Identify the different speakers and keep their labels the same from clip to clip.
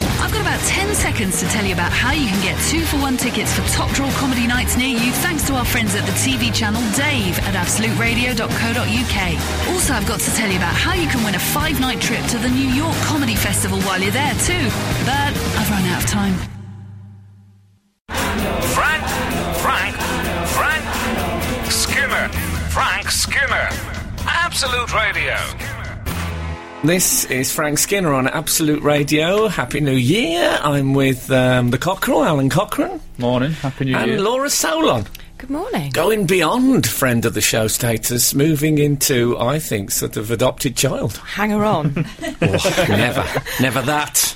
Speaker 1: I've got about 10 seconds to tell you about how you can get two for one tickets for top draw comedy nights near you thanks to our friends at the TV channel Dave at absoluteradio.co.uk. Also, I've got to tell you about how you can win a five night trip to the New York Comedy Festival while you're there too. But I've run out of time.
Speaker 2: Frank, Frank, Frank Skinner, Frank Skinner, Absolute Radio.
Speaker 3: This is Frank Skinner on Absolute Radio. Happy New Year. I'm with um, the Cockerel, Alan Cochrane,
Speaker 4: Morning. Happy New
Speaker 3: and
Speaker 4: Year.
Speaker 3: Laura Solon.
Speaker 5: Good morning.
Speaker 3: Going beyond friend of the show status, moving into, I think, sort of adopted child.
Speaker 5: Hang her on.
Speaker 3: never, never that.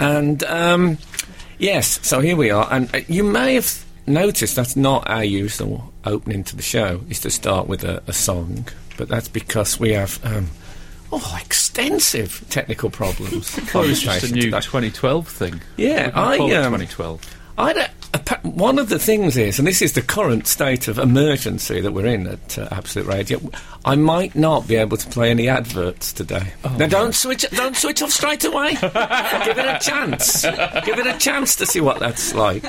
Speaker 3: And um, yes, so here we are. And uh, you may have noticed that's not our usual opening to the show. Is to start with a, a song, but that's because we have. Um, Oh, extensive technical problems.
Speaker 4: Oh, it's just a
Speaker 3: Conversation
Speaker 4: new
Speaker 3: today.
Speaker 4: 2012 thing.
Speaker 3: Yeah,
Speaker 4: We're gonna
Speaker 3: I,
Speaker 4: call it
Speaker 3: um,
Speaker 4: 2012.
Speaker 3: I don't- appa- one of the things is, and this is the current state of emergency that we're in at uh, Absolute Radio. I might not be able to play any adverts today. now, don't switch, don't switch off straight away. Give it a chance. Give it a chance to see what that's like.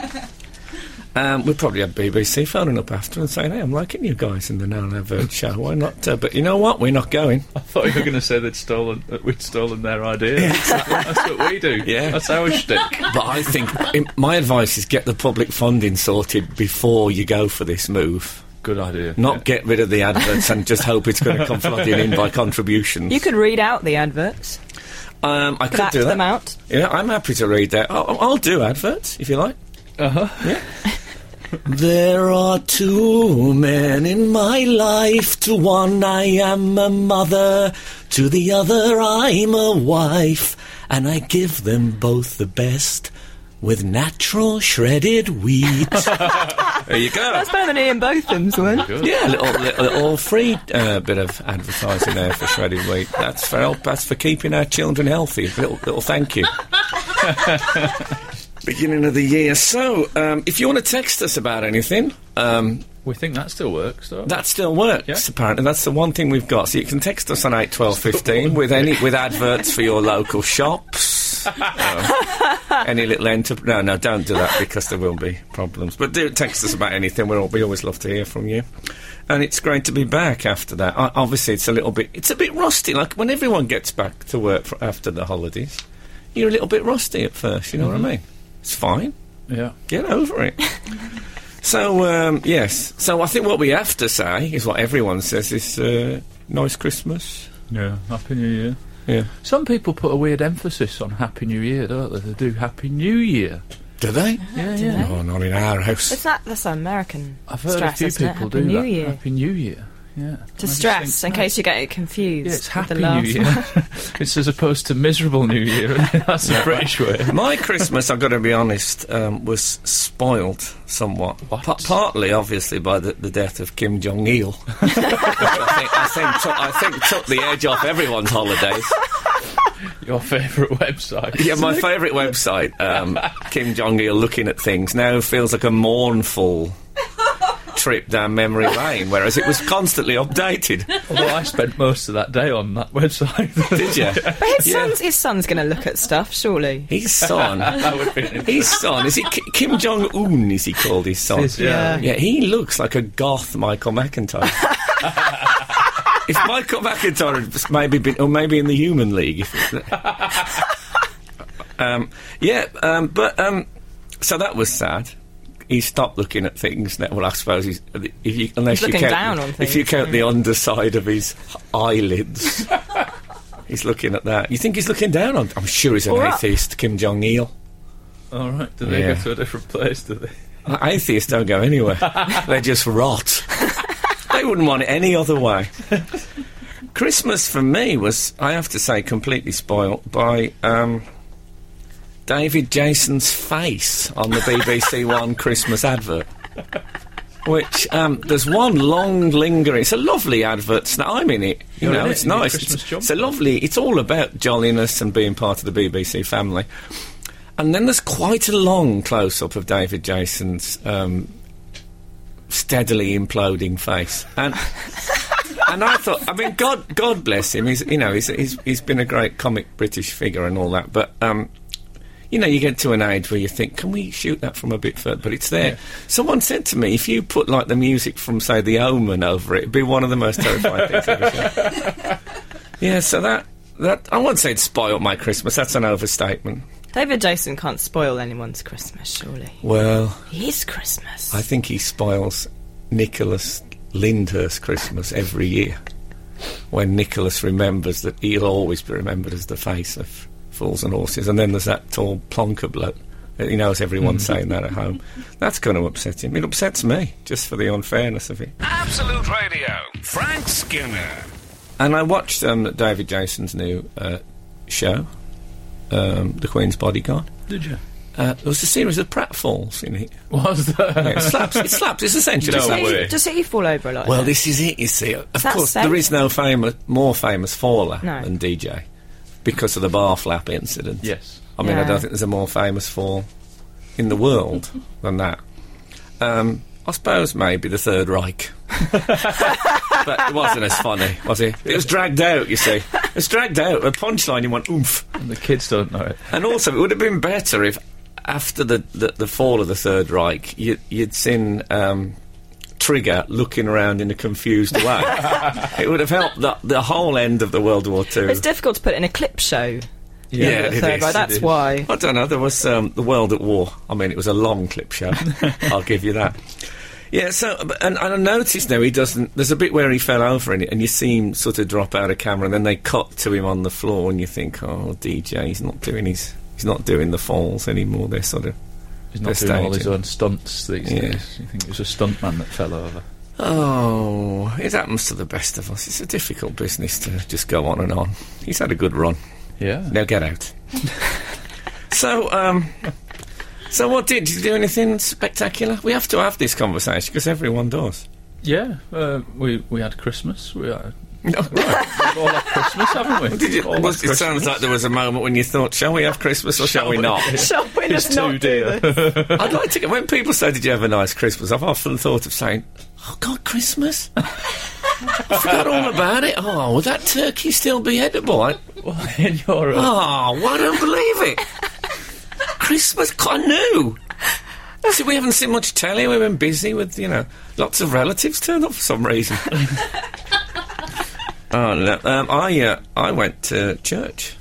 Speaker 3: Um, we probably had BBC phoning up after and saying, "Hey, I'm liking you guys in the non-advert show. Why not?" Uh, but you know what? We're not going.
Speaker 4: I thought you were going to say they'd stolen, that we'd stolen their idea. That's what we do.
Speaker 3: Yeah.
Speaker 4: That's our shtick.
Speaker 3: But I think in, my advice is get the public funding sorted before you go for this move.
Speaker 4: Good idea.
Speaker 3: Not get rid of the adverts and just hope it's going to come flooding in by contributions.
Speaker 5: You could read out the adverts,
Speaker 3: um, I could
Speaker 5: back
Speaker 3: do that.
Speaker 5: them out.
Speaker 3: Yeah, I'm happy to read that. I'll, I'll do adverts if you like. Uh huh. Yeah. Uh-huh. there are two men in my life. To one, I am a mother. To the other, I'm a wife. And I give them both the best with natural shredded wheat. there you go.
Speaker 5: That's better than Ian Botham's one.
Speaker 3: Yeah, a little, little, little free uh, bit of advertising there for shredded wheat. That's for help. That's for keeping our children healthy. Little, little thank you. Beginning of the year. So, um, if you want to text us about anything, um,
Speaker 4: We think that still works, though.
Speaker 3: that still works.
Speaker 4: Yeah.
Speaker 3: Apparently, that's the one thing we've got. So you can text us on eight twelve fifteen with any with adverts for your local shops. uh, any little enterprise? No, no, don't do that because there will be problems. But do text us about anything. We're all, we always love to hear from you, and it's great to be back after that. O- obviously, it's a little bit it's a bit rusty. Like when everyone gets back to work fr after the holidays, you're a little bit rusty at first. You know what I mean? It's fine
Speaker 4: yeah.
Speaker 3: get over it. so um, yes, so I think what we have to say is what everyone says is uh, nice Christmas.
Speaker 4: Yeah. Happy New Year.
Speaker 3: Yeah,
Speaker 4: Some people put a weird emphasis on Happy New Year, don't they? They do Happy New Year.
Speaker 3: do they?
Speaker 4: Yeah,
Speaker 5: Do they?
Speaker 3: Oh, not in our
Speaker 5: It's
Speaker 3: house.
Speaker 5: not that's an American
Speaker 4: I've heard
Speaker 5: stress,
Speaker 4: a
Speaker 5: isn't
Speaker 4: few
Speaker 5: it?
Speaker 4: people
Speaker 5: Happy
Speaker 4: do
Speaker 5: New
Speaker 4: that.
Speaker 5: Year.
Speaker 4: Happy New Year. Yeah.
Speaker 5: to stress, in case you get confused
Speaker 4: Yeah, it's
Speaker 5: with
Speaker 4: Happy
Speaker 5: the last
Speaker 4: New Year. it's as opposed to miserable New Year. isn't it? That's the British way.
Speaker 3: My Christmas, I've got to be honest, um, was spoiled somewhat.
Speaker 4: What?
Speaker 3: partly, obviously, by the, the death of Kim Jong Il. I think, I, think took, I think took the edge off everyone's holidays.
Speaker 4: Your favourite website.
Speaker 3: Yeah, my favourite website, um, Kim Jong Il looking at things, now feels like a mournful trip down memory lane, whereas it was constantly updated.
Speaker 4: Although I spent most of that day on that website.
Speaker 3: Did you?
Speaker 5: But his
Speaker 3: Yeah.
Speaker 5: son's his son's going to look at stuff, surely.
Speaker 3: His son.
Speaker 4: that would have been
Speaker 3: His son. Is he Ki- Kim Jong Un? Is he called his son?
Speaker 4: Is, yeah.
Speaker 3: Yeah, he looks like a goth Michael McIntyre. if Michael McIntyre had s- maybe been, or maybe in the Human League. if- um, yeah, um, but um, so that was sad. He stopped looking at things. Now. Well, I suppose he's, if you, unless
Speaker 5: He's
Speaker 3: you
Speaker 5: looking
Speaker 3: count,
Speaker 5: down on
Speaker 3: if you
Speaker 5: things,
Speaker 3: count the underside of his eyelids, he's looking at that. You think he's looking down on? I'm sure he's an
Speaker 5: Or up.
Speaker 3: atheist, Kim Jong Il.
Speaker 4: All right. Do they
Speaker 3: Yeah.
Speaker 4: go to a different place? Do they?
Speaker 3: Uh, Atheists don't go anywhere. they just rot. they wouldn't want it any other way. Christmas for me was, I have to say, completely spoilt by um, David Jason's face on the BBC One Christmas advert. Which um, there's one long lingering. It's a lovely advert. Sna- I'm in it. You
Speaker 4: You're
Speaker 3: know,
Speaker 4: in it,
Speaker 3: it's
Speaker 4: in your
Speaker 3: nice.
Speaker 4: Christmas
Speaker 3: It's,
Speaker 4: jumper.
Speaker 3: it's a lovely. It's all about jolliness and being part of the BBC family. And then there's quite a long close up of David Jason's um, steadily imploding face, and and I thought, I mean, God, God bless him. He's you know he's he's, he's been a great comic British figure and all that, but um, you know, you get to an age where you think, can we shoot that from a bit further? But it's there. Someone said to me, if you put like the music from, say, The Omen over it, it'd be one of the most terrifying things I've ever seen. Yeah, so that, that, I won't say it spoiled my Christmas. That's an overstatement.
Speaker 5: David Jason can't spoil anyone's Christmas, surely.
Speaker 3: Well,
Speaker 5: He is Christmas.
Speaker 3: I think he spoils Nicholas Lyndhurst Christmas every year when Nicholas remembers that he'll always be remembered as the face of Fools and Horses. And then there's that tall plonker bloke. that He knows
Speaker 4: Mm.
Speaker 3: everyone's saying that at home. That's going to upset him. It upsets me just for the unfairness of it.
Speaker 2: Absolute Radio. Frank Skinner.
Speaker 3: And I watched um, David Jason's new uh, show, um, The Queen's Bodyguard.
Speaker 4: Did you?
Speaker 3: Uh, there was a series of pratfalls in it.
Speaker 4: Was
Speaker 3: Yeah,
Speaker 4: there?
Speaker 3: it slaps. It slaps. It's essentially
Speaker 4: No
Speaker 3: slaps.
Speaker 5: Does he-
Speaker 4: way.
Speaker 5: Does he fall over a lot?
Speaker 3: Well, this is it, you see. Of
Speaker 5: that
Speaker 3: course,
Speaker 5: safe?
Speaker 3: there is no famous, more famous faller
Speaker 5: No.
Speaker 3: than DJ because of the bar flap incident.
Speaker 4: Yes.
Speaker 3: I mean, I
Speaker 5: Yeah.
Speaker 3: don't think there's a more famous fall in the world than that. Um, I suppose maybe the Third Reich. but it wasn't as funny, was it? It was dragged out, you see. It was dragged out. A punchline, you went, oomph.
Speaker 4: And the kids don't know it.
Speaker 3: And also, it would have been better if, after the, the, the fall of the Third Reich, you, you'd seen um, Trigger looking around in a confused way. it would have helped the, the whole end of the World War Two.
Speaker 5: It's difficult to put in a clip show.
Speaker 3: Yeah, it
Speaker 5: so,
Speaker 3: is,
Speaker 5: right,
Speaker 3: it
Speaker 5: that's
Speaker 4: is.
Speaker 5: why.
Speaker 3: I don't know. There was um, the World at War. I mean, it was a long clip show. I'll give you that. Yeah. So, but- and, and I noticed now he doesn't. There's a bit where he fell over in it, and you see him sort of drop out of camera, and then they cut to him on the floor, and you think, oh, DJ, he's not doing his, he's not doing the falls anymore. They're sort of.
Speaker 4: He's not
Speaker 3: They're
Speaker 4: doing all
Speaker 3: staging.
Speaker 4: his own stunts these
Speaker 3: Yeah.
Speaker 4: days. You think it was a stunt man that fell over?
Speaker 3: Oh, it happens to the best of us. It's a difficult business to just go on and on. He's had a good run.
Speaker 4: Yeah.
Speaker 3: Now get out. so, um, so what did, did you do? Anything spectacular? We have to have this conversation because everyone does.
Speaker 4: Yeah. Uh, we we had Christmas. We had,
Speaker 3: No,
Speaker 4: we've all had Christmas, haven't we?
Speaker 3: did you,
Speaker 4: all had
Speaker 3: was- it
Speaker 4: Christmas.
Speaker 3: sounds like there was a moment when you thought, "Shall we have Christmas or shall, we not?"
Speaker 5: Shall we
Speaker 4: It's
Speaker 5: just not
Speaker 4: too dear.
Speaker 5: do this?
Speaker 3: I'd like to. get- When people say, "Did you have a nice Christmas?" I've often thought of saying, "Oh God, Christmas." I forgot all about it. Oh, would that turkey still be edible? I-
Speaker 4: Why in your uh,
Speaker 3: Oh, well, I don't believe it. Christmas, I knew. See, we haven't seen much telly. We've been busy with, you know, lots of relatives turned up for some reason. oh no! Um, I uh, I went to church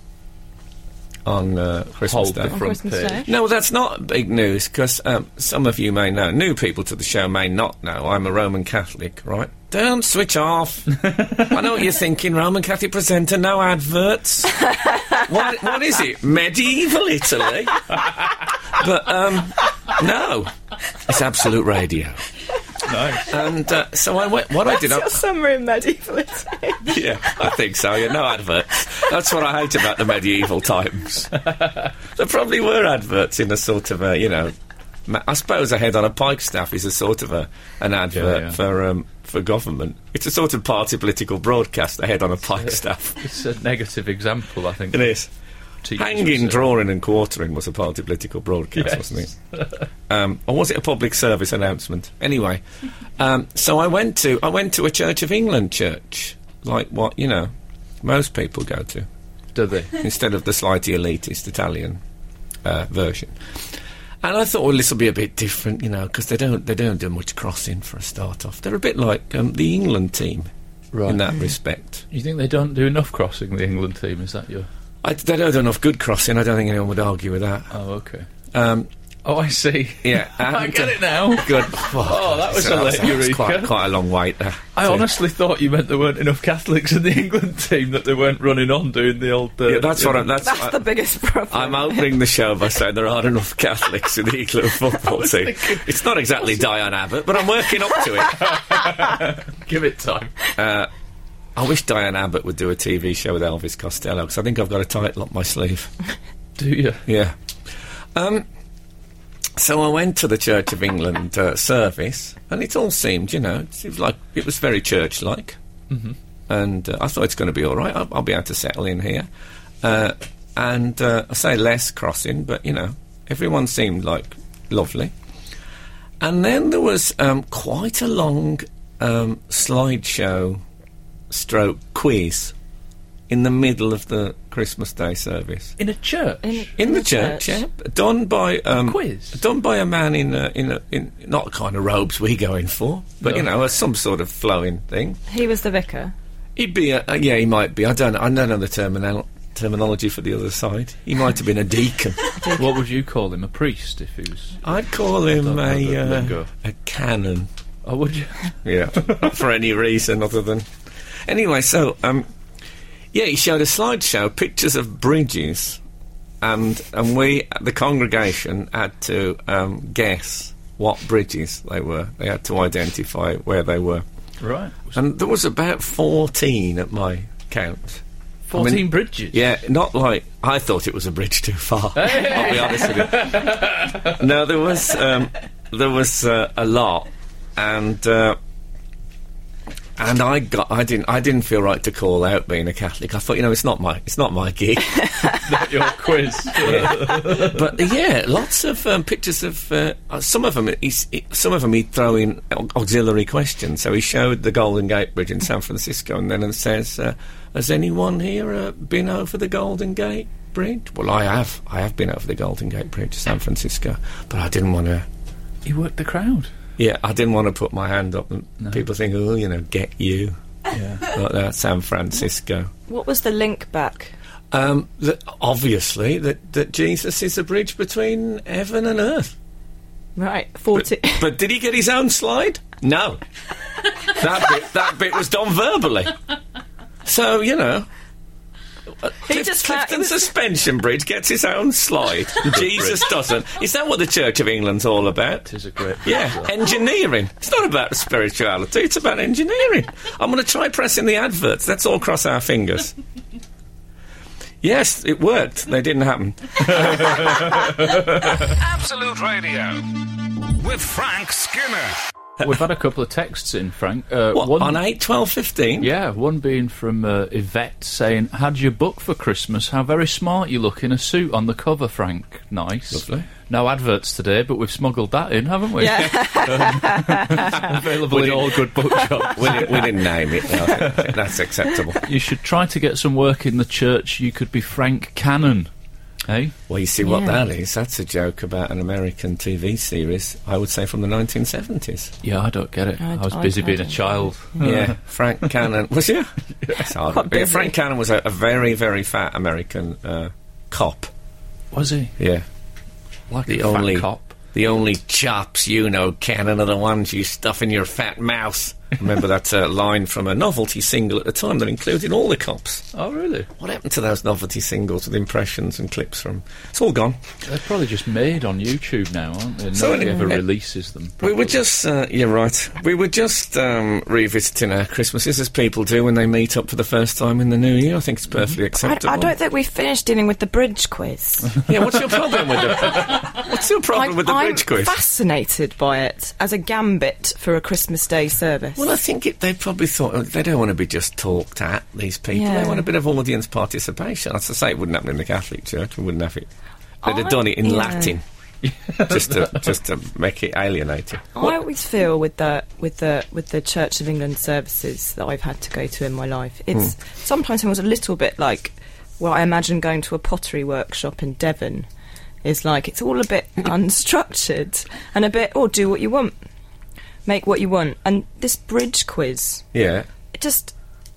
Speaker 3: on uh, Christmas
Speaker 4: hold
Speaker 3: Day.
Speaker 4: the front
Speaker 5: Christmas
Speaker 4: page?
Speaker 5: Day.
Speaker 3: No, that's not big news because um, some of you may know. New people to the show may not know. I'm a Roman Catholic, right? Don't switch off. I know what you're thinking. Roman Catholic presenter, no adverts. what, what is it? Medieval Italy? but um, no, it's absolute radio.
Speaker 4: Nice.
Speaker 3: And uh, so I went. What I did, I,
Speaker 5: Your summer in medieval Italy.
Speaker 3: yeah, I think so. Yeah, no adverts. That's what I hate about the medieval times. there probably were adverts in a sort of a, you know, ma- I suppose a head on a pike staff is a sort of a an advert
Speaker 4: yeah.
Speaker 3: for um, for government. It's a sort of party political broadcast. A head on a pike staff.
Speaker 4: It's a negative example, I think.
Speaker 3: It is.
Speaker 4: teachers
Speaker 3: Hanging,
Speaker 4: would say.
Speaker 3: drawing, and quartering was a party political broadcast,
Speaker 4: uh, Yes.
Speaker 3: wasn't it? um, or was it a public service announcement? Anyway, um, so I went to I went to a Church of England church, like what you know most people go to,
Speaker 4: Do they?
Speaker 3: instead of the slightly elitist Italian uh, version. And I thought, well, this will be a bit different, you know, because they don't they don't do much crossing for a start off. They're a bit like um, the England team
Speaker 4: Right.
Speaker 3: in that respect.
Speaker 4: You think they don't do enough crossing the England team? Is that your?
Speaker 3: I, they don't do enough good crossing. I don't think anyone would argue with that.
Speaker 4: Oh, okay.
Speaker 3: Um,
Speaker 4: Oh, I see.
Speaker 3: Yeah,
Speaker 4: I
Speaker 3: and,
Speaker 4: get
Speaker 3: uh,
Speaker 4: it now.
Speaker 3: Good.
Speaker 4: Oh, that was
Speaker 3: So
Speaker 4: a late
Speaker 3: that was
Speaker 4: eureka.
Speaker 3: Quite, quite a long wait there.
Speaker 4: I
Speaker 3: So-
Speaker 4: honestly thought you meant there weren't enough Catholics in the England team that they weren't running on doing the old. Uh,
Speaker 3: Yeah, that's what I'm. That's,
Speaker 5: That's the
Speaker 3: I,
Speaker 5: biggest problem.
Speaker 3: I'm opening the show by saying there aren't enough Catholics in the England football team. It's not exactly Diane Abbott, but I'm working up to it.
Speaker 4: Give it time.
Speaker 3: I wish Diane Abbott would do a TV show with Elvis Costello because I think I've got a title up my sleeve.
Speaker 4: Do you?
Speaker 3: Yeah. Um, so I went to the Church of England uh, service, and it all seemed, you know, it seemed like it was very church-like, mm-hmm. and uh, I thought it's going to be all right. I'll, I'll be able to settle in here, uh, and uh, I say less crossing, but you know, everyone seemed like lovely. And then there was um, quite a long um, slideshow, stroke quiz in the middle of the Christmas Day service.
Speaker 4: in a church.
Speaker 3: In the church, yeah, done by um,
Speaker 4: Quiz.
Speaker 3: done by a man in a, in a, in not the kind of robes we going for, but you
Speaker 4: No.
Speaker 3: know, a, some sort of flowing thing.
Speaker 5: He was the vicar.
Speaker 3: He'd be a, a- yeah, he might be. I don't I don't know the terminal, terminology for the other side. He might have been a deacon.
Speaker 4: What would you call him? A priest, if he was.
Speaker 3: I'd call him
Speaker 4: know
Speaker 3: a
Speaker 4: the
Speaker 3: uh,
Speaker 4: lingo.
Speaker 3: a canon.
Speaker 4: Oh, would you?
Speaker 3: Yeah, not for any reason other than. Anyway, so um, yeah, he showed a slideshow, pictures of bridges, and and we the congregation had to um, guess what bridges they were. They had to identify where they were,
Speaker 4: Right.
Speaker 3: and there was about fourteen at my count.
Speaker 4: 14
Speaker 3: I mean-
Speaker 4: bridges.
Speaker 3: Yeah, not like I thought it was a bridge too far. I'll be honest with you. No, there was um, there was uh, a lot, and uh, and I got I didn't I didn't feel right to call out being a Catholic. I thought you know it's not my it's not my gig.
Speaker 4: Your quiz.
Speaker 3: but uh, yeah, lots of um, pictures of uh, uh, some of them. He's, he, some of them he'd throw in au- auxiliary questions. So he showed the Golden Gate Bridge in San Francisco, and then and says, uh, "Has anyone here uh, been over the Golden Gate Bridge?" Well, I have. I have been over the Golden Gate Bridge, San Francisco, but I didn't want to.
Speaker 4: he worked the crowd.
Speaker 3: Yeah, I didn't want to put my hand up, and people think, "Oh, you know, get you." like that, San Francisco.
Speaker 5: What was the link back?
Speaker 3: Um, that obviously, that, that Jesus is a bridge between heaven and earth.
Speaker 5: Right, 40.
Speaker 3: But did he get his own slide? No. that bit, that bit was done verbally. So you know. uh, Clif-
Speaker 5: just cla-
Speaker 3: Clifton
Speaker 5: it was-
Speaker 3: Suspension Bridge gets his own slide. Jesus doesn't. Is that what the Church of England's all about?
Speaker 4: Is a great.
Speaker 3: Yeah, engineering. It's not about spirituality, it's about engineering. I'm going to try pressing the adverts. Let's all cross our fingers. Yes, it worked. They didn't happen.
Speaker 2: Absolute Radio. With Frank Skinner.
Speaker 4: We've had a couple of texts in, Frank. Uh,
Speaker 3: What,
Speaker 4: one,
Speaker 3: on 8, 12, 15?
Speaker 4: Yeah, one being from uh, Yvette saying, "Had your book for Christmas? How very smart you look in a suit on the cover, Frank. Nice.
Speaker 3: Lovely.
Speaker 4: No adverts today, but we've smuggled that in, haven't we?
Speaker 5: yeah.
Speaker 4: Available in all good bookshops.
Speaker 3: We, didn't, we didn't name it. though. I think That's acceptable.
Speaker 4: you should try to get some work in the church. You could be Frank Cannon, eh?
Speaker 3: Well, you see what
Speaker 5: Yeah.
Speaker 3: that is? That's a joke about an American TV series, I would say from the 1970s.
Speaker 4: Yeah, I don't get it.
Speaker 5: I-
Speaker 4: I, was
Speaker 5: I-
Speaker 4: busy
Speaker 5: I
Speaker 4: being a
Speaker 5: don't
Speaker 4: child.
Speaker 3: Yeah, Frank Cannon. Was you? Yes, I-
Speaker 5: Quite busy.
Speaker 3: Frank Cannon was a, a very, very fat American uh, cop.
Speaker 4: Was he
Speaker 3: Yeah.
Speaker 4: like
Speaker 3: The
Speaker 4: a fat
Speaker 3: only-
Speaker 4: cop?
Speaker 3: The only chops you know, Cannon, are the ones you stuff in your fat mouth. Remember that uh, line from a novelty single at the time that included all the cops?
Speaker 4: Oh, really?
Speaker 3: What happened to those novelty singles with impressions and clips from? It's all gone.
Speaker 4: They're probably just made on YouTube now, aren't they?
Speaker 3: So
Speaker 4: Nobody
Speaker 3: anyway-
Speaker 4: ever releases them.
Speaker 3: We were
Speaker 4: properly.
Speaker 3: just, uh, you're right. We were just um, revisiting our Christmases as people do when they meet up for the first time in the new year. I think it's perfectly
Speaker 5: Mm-hmm. I,
Speaker 3: acceptable.
Speaker 5: I don't think we finished dealing with the bridge quiz.
Speaker 3: yeah, what's your problem with the? What's your problem with the
Speaker 5: I'm
Speaker 3: bridge quiz?
Speaker 5: fascinated by it as a gambit for a Christmas Day service.
Speaker 3: well, I think it, they probably thought oh, they don't want to be just talked at. These people,
Speaker 5: Yeah.
Speaker 3: they want a bit of audience participation. As I say, it wouldn't happen in the Catholic Church. We wouldn't have it. They'd
Speaker 5: I-
Speaker 3: have done it in
Speaker 5: yeah.
Speaker 3: Latin, just to just to make it alienating.
Speaker 5: I always feel with the with the with the Church of England services that I've had to go to in my life,
Speaker 3: Hmm.
Speaker 5: it's sometimes it was a little bit like well, I imagine going to a pottery workshop in Devon is like it's all a bit unstructured and a bit or do what you want, make what you want, and this bridge quiz,
Speaker 3: Yeah.
Speaker 5: it just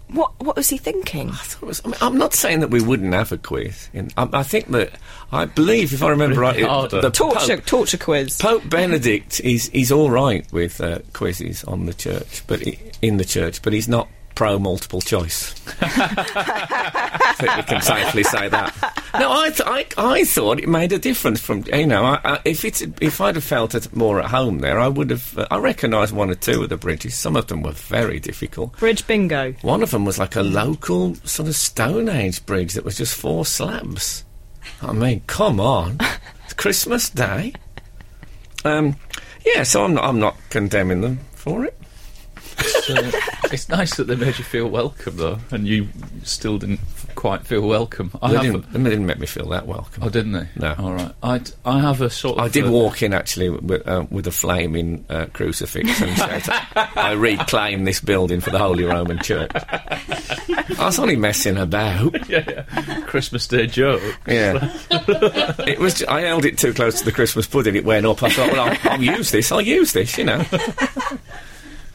Speaker 5: what what was he thinking?
Speaker 3: I thought it was, I mean, I'm not saying that we wouldn't have a quiz. In, I, I think that I believe, if I remember right, it-
Speaker 4: Harder.
Speaker 3: the
Speaker 5: Torture
Speaker 3: Pope,
Speaker 5: torture quiz.
Speaker 3: Pope Benedict is he's all right with uh, quizzes on the church, but he, in the church, but he's not pro multiple choice. I think we can safely say that. No, I, th- I, I thought it made a difference from you know I, I, if it's if I'd have felt it more at home there, I would have uh, I recognised one or two of the bridges. Some of them were very difficult.
Speaker 5: Bridge bingo.
Speaker 3: One of them was like a local sort of Stone Age bridge that was just four slabs. I mean, come on, it's Christmas Day. Um, yeah, so I'm not, I'm not condemning them for it.
Speaker 4: uh, So, it's nice that they made you feel welcome, though, and you still didn't f- quite feel welcome. I
Speaker 3: They
Speaker 4: have
Speaker 3: didn't, they didn't make me feel that welcome.
Speaker 4: Oh, didn't they?
Speaker 3: No.
Speaker 4: All right. I, d- I have a sort of.
Speaker 3: I did
Speaker 4: uh,
Speaker 3: walk in actually with, uh, with a flaming uh, crucifix and said, "I reclaim this building for the Holy Roman Church." I was only messing about.
Speaker 4: Christmas Day joke.
Speaker 3: Yeah, it was. ju- I held it too close to the Christmas pudding. It went up. I thought, "Well, I'll, I'll use this. I'll use this." You know.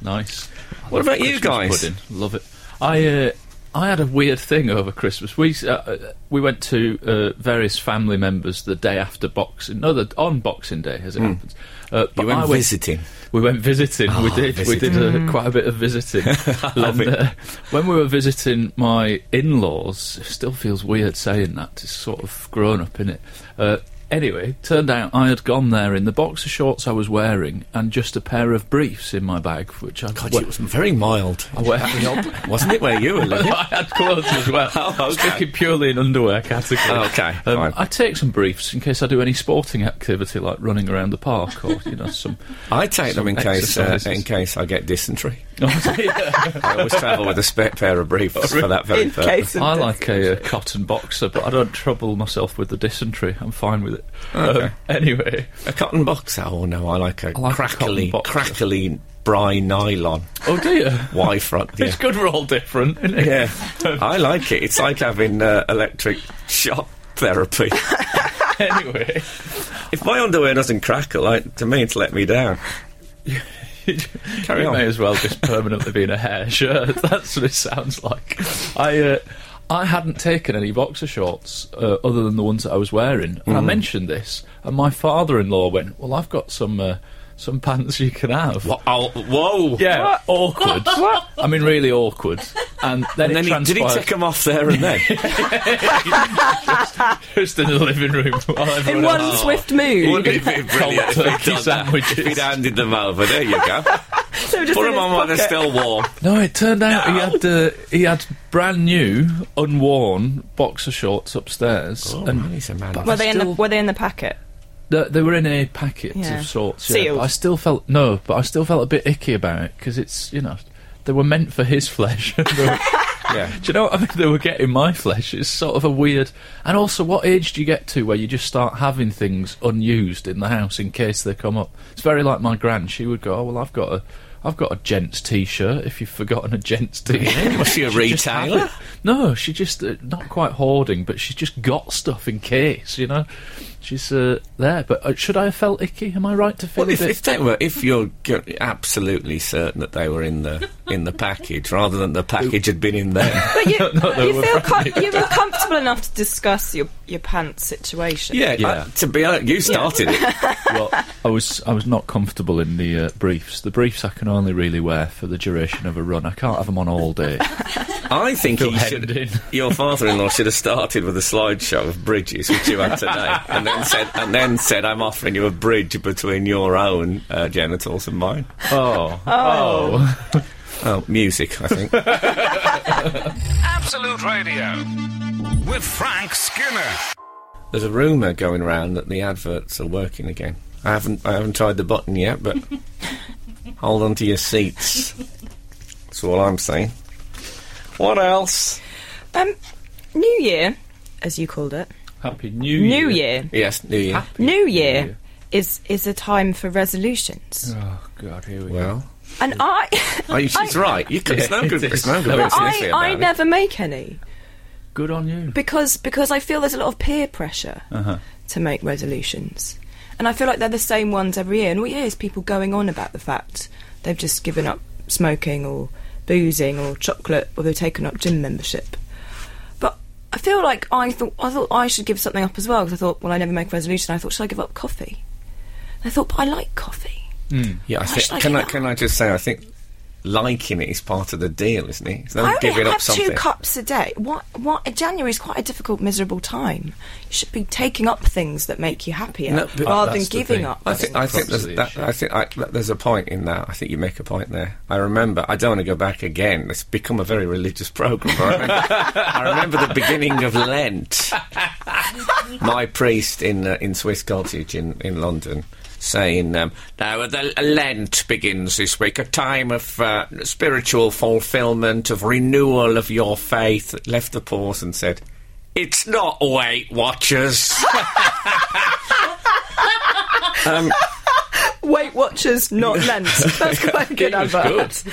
Speaker 4: Nice.
Speaker 3: What
Speaker 4: Love
Speaker 3: about you
Speaker 4: Christmas
Speaker 3: guys?
Speaker 4: Pudding. Love it. I uh, I had a weird thing over Christmas. We s- uh, uh, we went to uh, various family members the day after Boxing. No, the, on Boxing Day, as it happens. Uh, but
Speaker 3: Hmm. You went
Speaker 4: I went,
Speaker 3: visiting.
Speaker 4: We went visiting. we
Speaker 3: Oh,
Speaker 4: did.
Speaker 3: visiting.
Speaker 4: We did uh, quite a bit of visiting.
Speaker 3: Love
Speaker 4: and,
Speaker 3: it.
Speaker 4: uh, when we were visiting my in-laws, it still feels weird saying that. It's sort of grown up in it. Uh, anyway, turned out I had gone there in the boxer shorts I was wearing and just a pair of briefs in my bag, which I
Speaker 3: God,
Speaker 4: we-
Speaker 3: it was very mild,
Speaker 4: I wear.
Speaker 3: wasn't it? Where you were living?
Speaker 4: I had clothes as well.
Speaker 3: Oh,
Speaker 4: I was
Speaker 3: okay. Oh,
Speaker 4: thinking purely in underwear category.
Speaker 3: Okay,
Speaker 4: Um,
Speaker 3: fine.
Speaker 4: I take some briefs in case I do any sporting activity like running around the park or you know some.
Speaker 3: I take them in
Speaker 4: Some
Speaker 3: case uh,
Speaker 4: exercises.
Speaker 3: in case I get dysentery.
Speaker 4: I
Speaker 3: I always travel with a spare pair of briefs for that very
Speaker 5: in
Speaker 3: purpose.
Speaker 5: case of
Speaker 4: like a, uh cotton boxer, but I don't trouble myself with the dysentery. I'm fine with it. Um, anyway,
Speaker 3: A cotton boxer? Oh no, I like a
Speaker 4: I like a
Speaker 3: crackly,
Speaker 4: cotton boxer.
Speaker 3: crackly bry nylon
Speaker 4: oh dear,
Speaker 3: Y front. Yeah,
Speaker 4: it's good we're all different, isn't it?
Speaker 3: yeah. I like it. It's like having uh, electric shock therapy.
Speaker 4: anyway,
Speaker 3: if my underwear doesn't crackle, I, to me, it's let me down. Carry
Speaker 4: you
Speaker 3: on.
Speaker 4: may as well just permanently be in a hair shirt. That's what it sounds like. I uh, I hadn't taken any boxer shorts uh, other than the ones that I was wearing, and
Speaker 3: Mm-hmm.
Speaker 4: I mentioned this, and my father-in-law went, "Well, I've got some uh, some pants you can have."
Speaker 3: Oh, whoa!
Speaker 4: Yeah, awkward. I mean, really awkward. And
Speaker 3: And
Speaker 4: then,
Speaker 3: then
Speaker 4: it
Speaker 3: he, did he
Speaker 4: transpired
Speaker 3: take them off there and then?
Speaker 4: just in the living room while everyone
Speaker 5: in one
Speaker 4: else-
Speaker 5: swift move.
Speaker 3: Wouldn't it be brilliant if he'd
Speaker 4: turkey
Speaker 3: done that?
Speaker 4: sandwiches.
Speaker 3: If he'd handed them over, there you go.
Speaker 5: So just
Speaker 3: Put
Speaker 5: in
Speaker 3: them
Speaker 5: his
Speaker 3: on while they're
Speaker 5: pocket.
Speaker 3: still warm.
Speaker 4: No, it turned out he had uh, he had brand new, unworn boxer shorts upstairs,
Speaker 3: Oh,
Speaker 4: and
Speaker 3: he's a man.
Speaker 5: Were they in the
Speaker 4: still-
Speaker 5: Were they in the packet?
Speaker 4: They, they were in a packet
Speaker 5: Yeah.
Speaker 4: of sorts. Yeah,
Speaker 5: Sealed.
Speaker 4: But I still felt no, but I still felt a bit icky about it because it's you know they were meant for his flesh. They were-
Speaker 3: Yeah.
Speaker 4: do you know what I mean? They were getting my flesh. It's sort of a weird. And also, what age do you get to where you just start having things unused in the house in case they come up? It's very like my gran. She would go, "Oh well, I've got a." I've got a gents T-shirt. If you've forgotten a gents T-shirt,
Speaker 3: Was she a
Speaker 4: just had
Speaker 3: retailer?
Speaker 4: it. No, she just uh, not quite hoarding, but she's just got stuff in case, you know. She's uh, there, but uh, should I have felt icky? Am I right to feel
Speaker 3: Well,
Speaker 4: a
Speaker 3: if,
Speaker 4: bit?
Speaker 3: if they were, if you're g- absolutely certain that they were in the in the package, rather than the package had been in there.
Speaker 5: But you,
Speaker 4: no,
Speaker 5: you
Speaker 4: we're
Speaker 5: feel com- you were comfortable enough to discuss your your pants situation.
Speaker 3: yeah,
Speaker 4: Yeah.
Speaker 3: I- to be honest, you started it.
Speaker 4: well, I was I was not comfortable in the uh, briefs. The briefs I can only really wear for the duration of a run. I can't have them on all day.
Speaker 3: I think
Speaker 4: Feel
Speaker 3: you should,
Speaker 4: hemmed in.
Speaker 3: your father-in-law should have started with a slideshow of bridges, which you had today, and then said, and then said, "I'm offering you a bridge between your own uh, genitals and mine."
Speaker 4: oh, oh,
Speaker 3: Oh, music, I think.
Speaker 2: Absolute Radio. With Frank Skinner.
Speaker 3: There's a rumor going around that the adverts are working again. I haven't, I haven't tried the button yet, but hold on to your seats. That's all I'm saying. What else?
Speaker 5: Um, New Year, as you called it,
Speaker 4: happy New Year.
Speaker 5: New Year,
Speaker 3: Yes, New Year.
Speaker 4: Happy
Speaker 5: New Year
Speaker 4: Year.
Speaker 5: is is a time for resolutions,
Speaker 4: Oh God, here we
Speaker 3: Well,
Speaker 5: and I
Speaker 3: oh, you- she's right. You can, it's no good. It's no good. being sniffy
Speaker 5: I,
Speaker 3: about
Speaker 5: I
Speaker 3: it.
Speaker 5: never make any
Speaker 4: go. Good on you.
Speaker 5: because because I feel there's a lot of peer pressure to make resolutions, and I feel like they're the same ones every year. And all you hear is people going on about the fact they've just given up smoking or boozing or chocolate or they've taken up gym membership. But I feel like I thought I thought I should give something up as well because I thought well I never make a resolution. I thought should I give up coffee? And I thought but I like coffee.
Speaker 3: Yeah, I
Speaker 5: Why should I
Speaker 3: think, can
Speaker 5: give
Speaker 3: I
Speaker 5: up?
Speaker 3: can I just say I think liking it is part of the deal, isn't it? It's
Speaker 5: I
Speaker 3: not
Speaker 5: only
Speaker 3: giving
Speaker 5: have
Speaker 3: up something.
Speaker 5: two cups a day. What? What? January is quite a difficult, miserable time. You should be taking up things that make you happier
Speaker 3: No, but-
Speaker 5: rather than
Speaker 4: That's the
Speaker 5: giving
Speaker 4: thing.
Speaker 5: up.
Speaker 3: I think I think
Speaker 4: Props
Speaker 3: there's
Speaker 4: to the
Speaker 3: that,
Speaker 4: issue.
Speaker 3: I think I, that there's a point in that. I think you make a point there. I remember. I don't want to go back again. It's become a very religious program. I remember, I remember the beginning of Lent. My priest in uh, in Swiss Cottage in in London saying um, now the Lent begins this week, a time of uh, uh, spiritual fulfillment, of renewal of your faith, left the pause and said, It's not Weight Watchers.
Speaker 5: Weight Watchers, not Lent. That's quite a good
Speaker 4: was
Speaker 5: advert.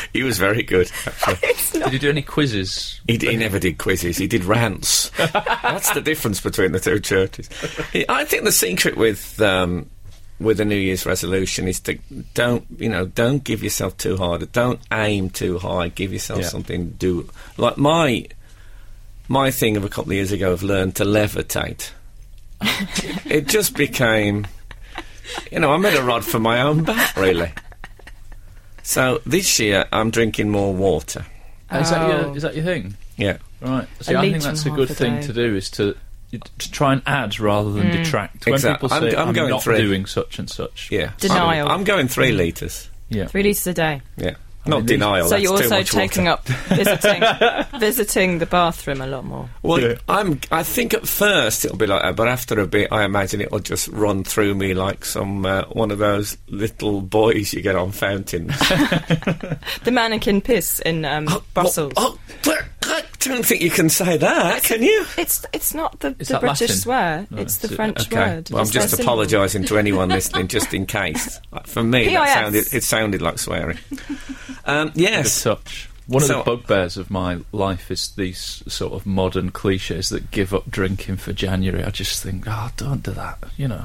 Speaker 3: he was very good, actually.
Speaker 5: It's not-
Speaker 4: Did you do any quizzes?
Speaker 3: He, d- he never did quizzes. He did rants. That's the difference between the two churches. I- I think the secret with um, with a New Year's resolution is to don't you know don't give yourself too hard. Don't aim too high. Give yourself
Speaker 4: Yeah.
Speaker 3: something to do. Like my my thing of a couple of years ago of learn to levitate. it just became, you know, I made a rod for my own back really. So this year I'm drinking more water.
Speaker 4: Is that
Speaker 5: Oh.
Speaker 4: your is that your thing?
Speaker 3: Yeah.
Speaker 4: Right. See,
Speaker 5: A
Speaker 4: I think
Speaker 5: litre
Speaker 4: that's a
Speaker 5: and
Speaker 4: good
Speaker 5: half a
Speaker 4: thing
Speaker 5: day. Hmm.
Speaker 4: to do is to to try and add rather than detract. When
Speaker 3: Exact-
Speaker 4: people say
Speaker 3: I'm- I'm
Speaker 4: I'm,
Speaker 3: going
Speaker 4: not
Speaker 3: through it.
Speaker 4: doing such and such,
Speaker 3: Yeah.
Speaker 5: Denial.
Speaker 3: I'm, I'm going three litres.
Speaker 4: yeah,
Speaker 5: Three litres a day.
Speaker 3: Yeah. Not
Speaker 4: mean,
Speaker 3: denial.
Speaker 5: so
Speaker 3: that's
Speaker 5: you're
Speaker 3: too
Speaker 5: also
Speaker 3: much
Speaker 5: taking
Speaker 3: water.
Speaker 5: up visiting, visiting the bathroom a lot more.
Speaker 3: Well,
Speaker 4: Yeah.
Speaker 3: I'm. I think at first it'll be like that, but after a bit, I imagine it'll just run through me like some uh, one of those little boys you get on fountains.
Speaker 5: The mannequin piss in um, Brussels.
Speaker 3: Oh, oh, but I don't think you can say that, can you?
Speaker 5: It's it's not the,
Speaker 4: Is
Speaker 5: the
Speaker 4: that
Speaker 5: British
Speaker 4: Latin?
Speaker 5: swear.
Speaker 4: No,
Speaker 5: it's
Speaker 4: it's-
Speaker 5: the
Speaker 4: uh,
Speaker 5: French
Speaker 3: Okay.
Speaker 5: word.
Speaker 3: Well, I'm
Speaker 5: It's
Speaker 3: just
Speaker 5: very simple.
Speaker 3: apologising to anyone listening, just in case. Uh, For me,
Speaker 5: PIS.
Speaker 3: that sounded it sounded like swearing. Um,
Speaker 4: Good
Speaker 3: yes.
Speaker 4: touch. One
Speaker 3: So-
Speaker 4: of the bugbears of my life is these sort of modern cliches that give up drinking for January. I just think, oh, don't do that. You know,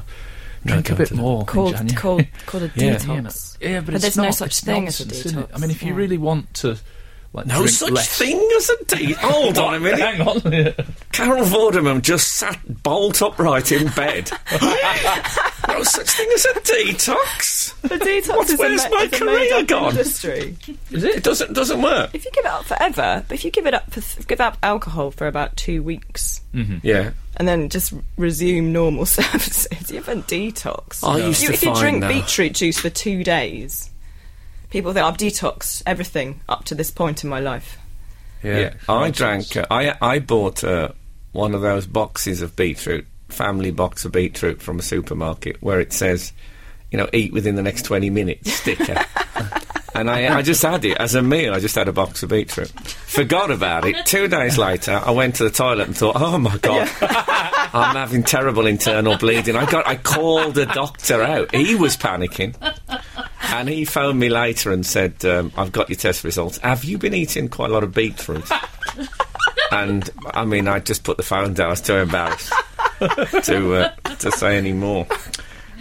Speaker 4: drink a
Speaker 3: don't
Speaker 4: bit
Speaker 3: do that.
Speaker 4: more in
Speaker 5: Called
Speaker 4: January.
Speaker 5: called called a
Speaker 3: Yeah.
Speaker 4: You know,
Speaker 5: detox.
Speaker 4: Yeah, but,
Speaker 5: But
Speaker 4: it's
Speaker 5: there's no
Speaker 4: not-
Speaker 5: such
Speaker 4: it's
Speaker 5: thing as a
Speaker 4: nonsense, isn't it?
Speaker 5: detox,
Speaker 4: I mean, if you
Speaker 5: yeah.
Speaker 4: really want to, like,
Speaker 3: No
Speaker 4: drink
Speaker 3: such
Speaker 4: less-
Speaker 3: thing as a date. Hold on a minute.
Speaker 4: Hang on.
Speaker 3: Carol Vorderman just sat bolt upright in bed. no such thing as a detox.
Speaker 5: The detox
Speaker 3: What's-
Speaker 5: is
Speaker 3: where's
Speaker 5: a, ma-
Speaker 3: my
Speaker 5: is a
Speaker 3: career
Speaker 5: made-up
Speaker 3: gone?
Speaker 5: Industry.
Speaker 4: Is
Speaker 3: It doesn't doesn't work.
Speaker 5: If you give it up forever, but if you give it up, for th- give up alcohol for about two weeks,
Speaker 3: Yeah.
Speaker 5: and then just resume normal services, you haven't detox.
Speaker 3: I used
Speaker 5: You-
Speaker 3: to
Speaker 5: if you
Speaker 3: find
Speaker 5: drink
Speaker 3: that-
Speaker 5: beetroot juice for two days, people think I've detoxed everything up to this point in my life.
Speaker 3: Yeah. I drank. Uh, I I bought uh, one of those boxes of beetroot, family box of beetroot from a supermarket where it says, you know, eat within the next twenty minutes sticker. And I, I just had it as a meal. I just had a box of beetroot. Forgot about it. Two days later, I went to the toilet and thought, "Oh my god, I'm having terrible internal bleeding." I got. I called the doctor out. He was panicking, and he phoned me later and said, um, "I've got your test results. Have you been eating quite a lot of beetroot?" and I mean, I just put the phone down. I was too embarrassed to uh, to say any more.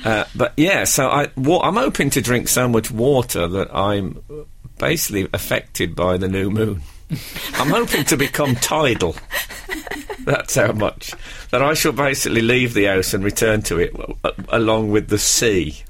Speaker 3: Uh, but yeah, so I wa- I'm hoping to drink so much water that I'm basically affected by the new moon. I'm hoping to become tidal. That's how much that I shall basically leave the house and return to it w- a- along with the sea.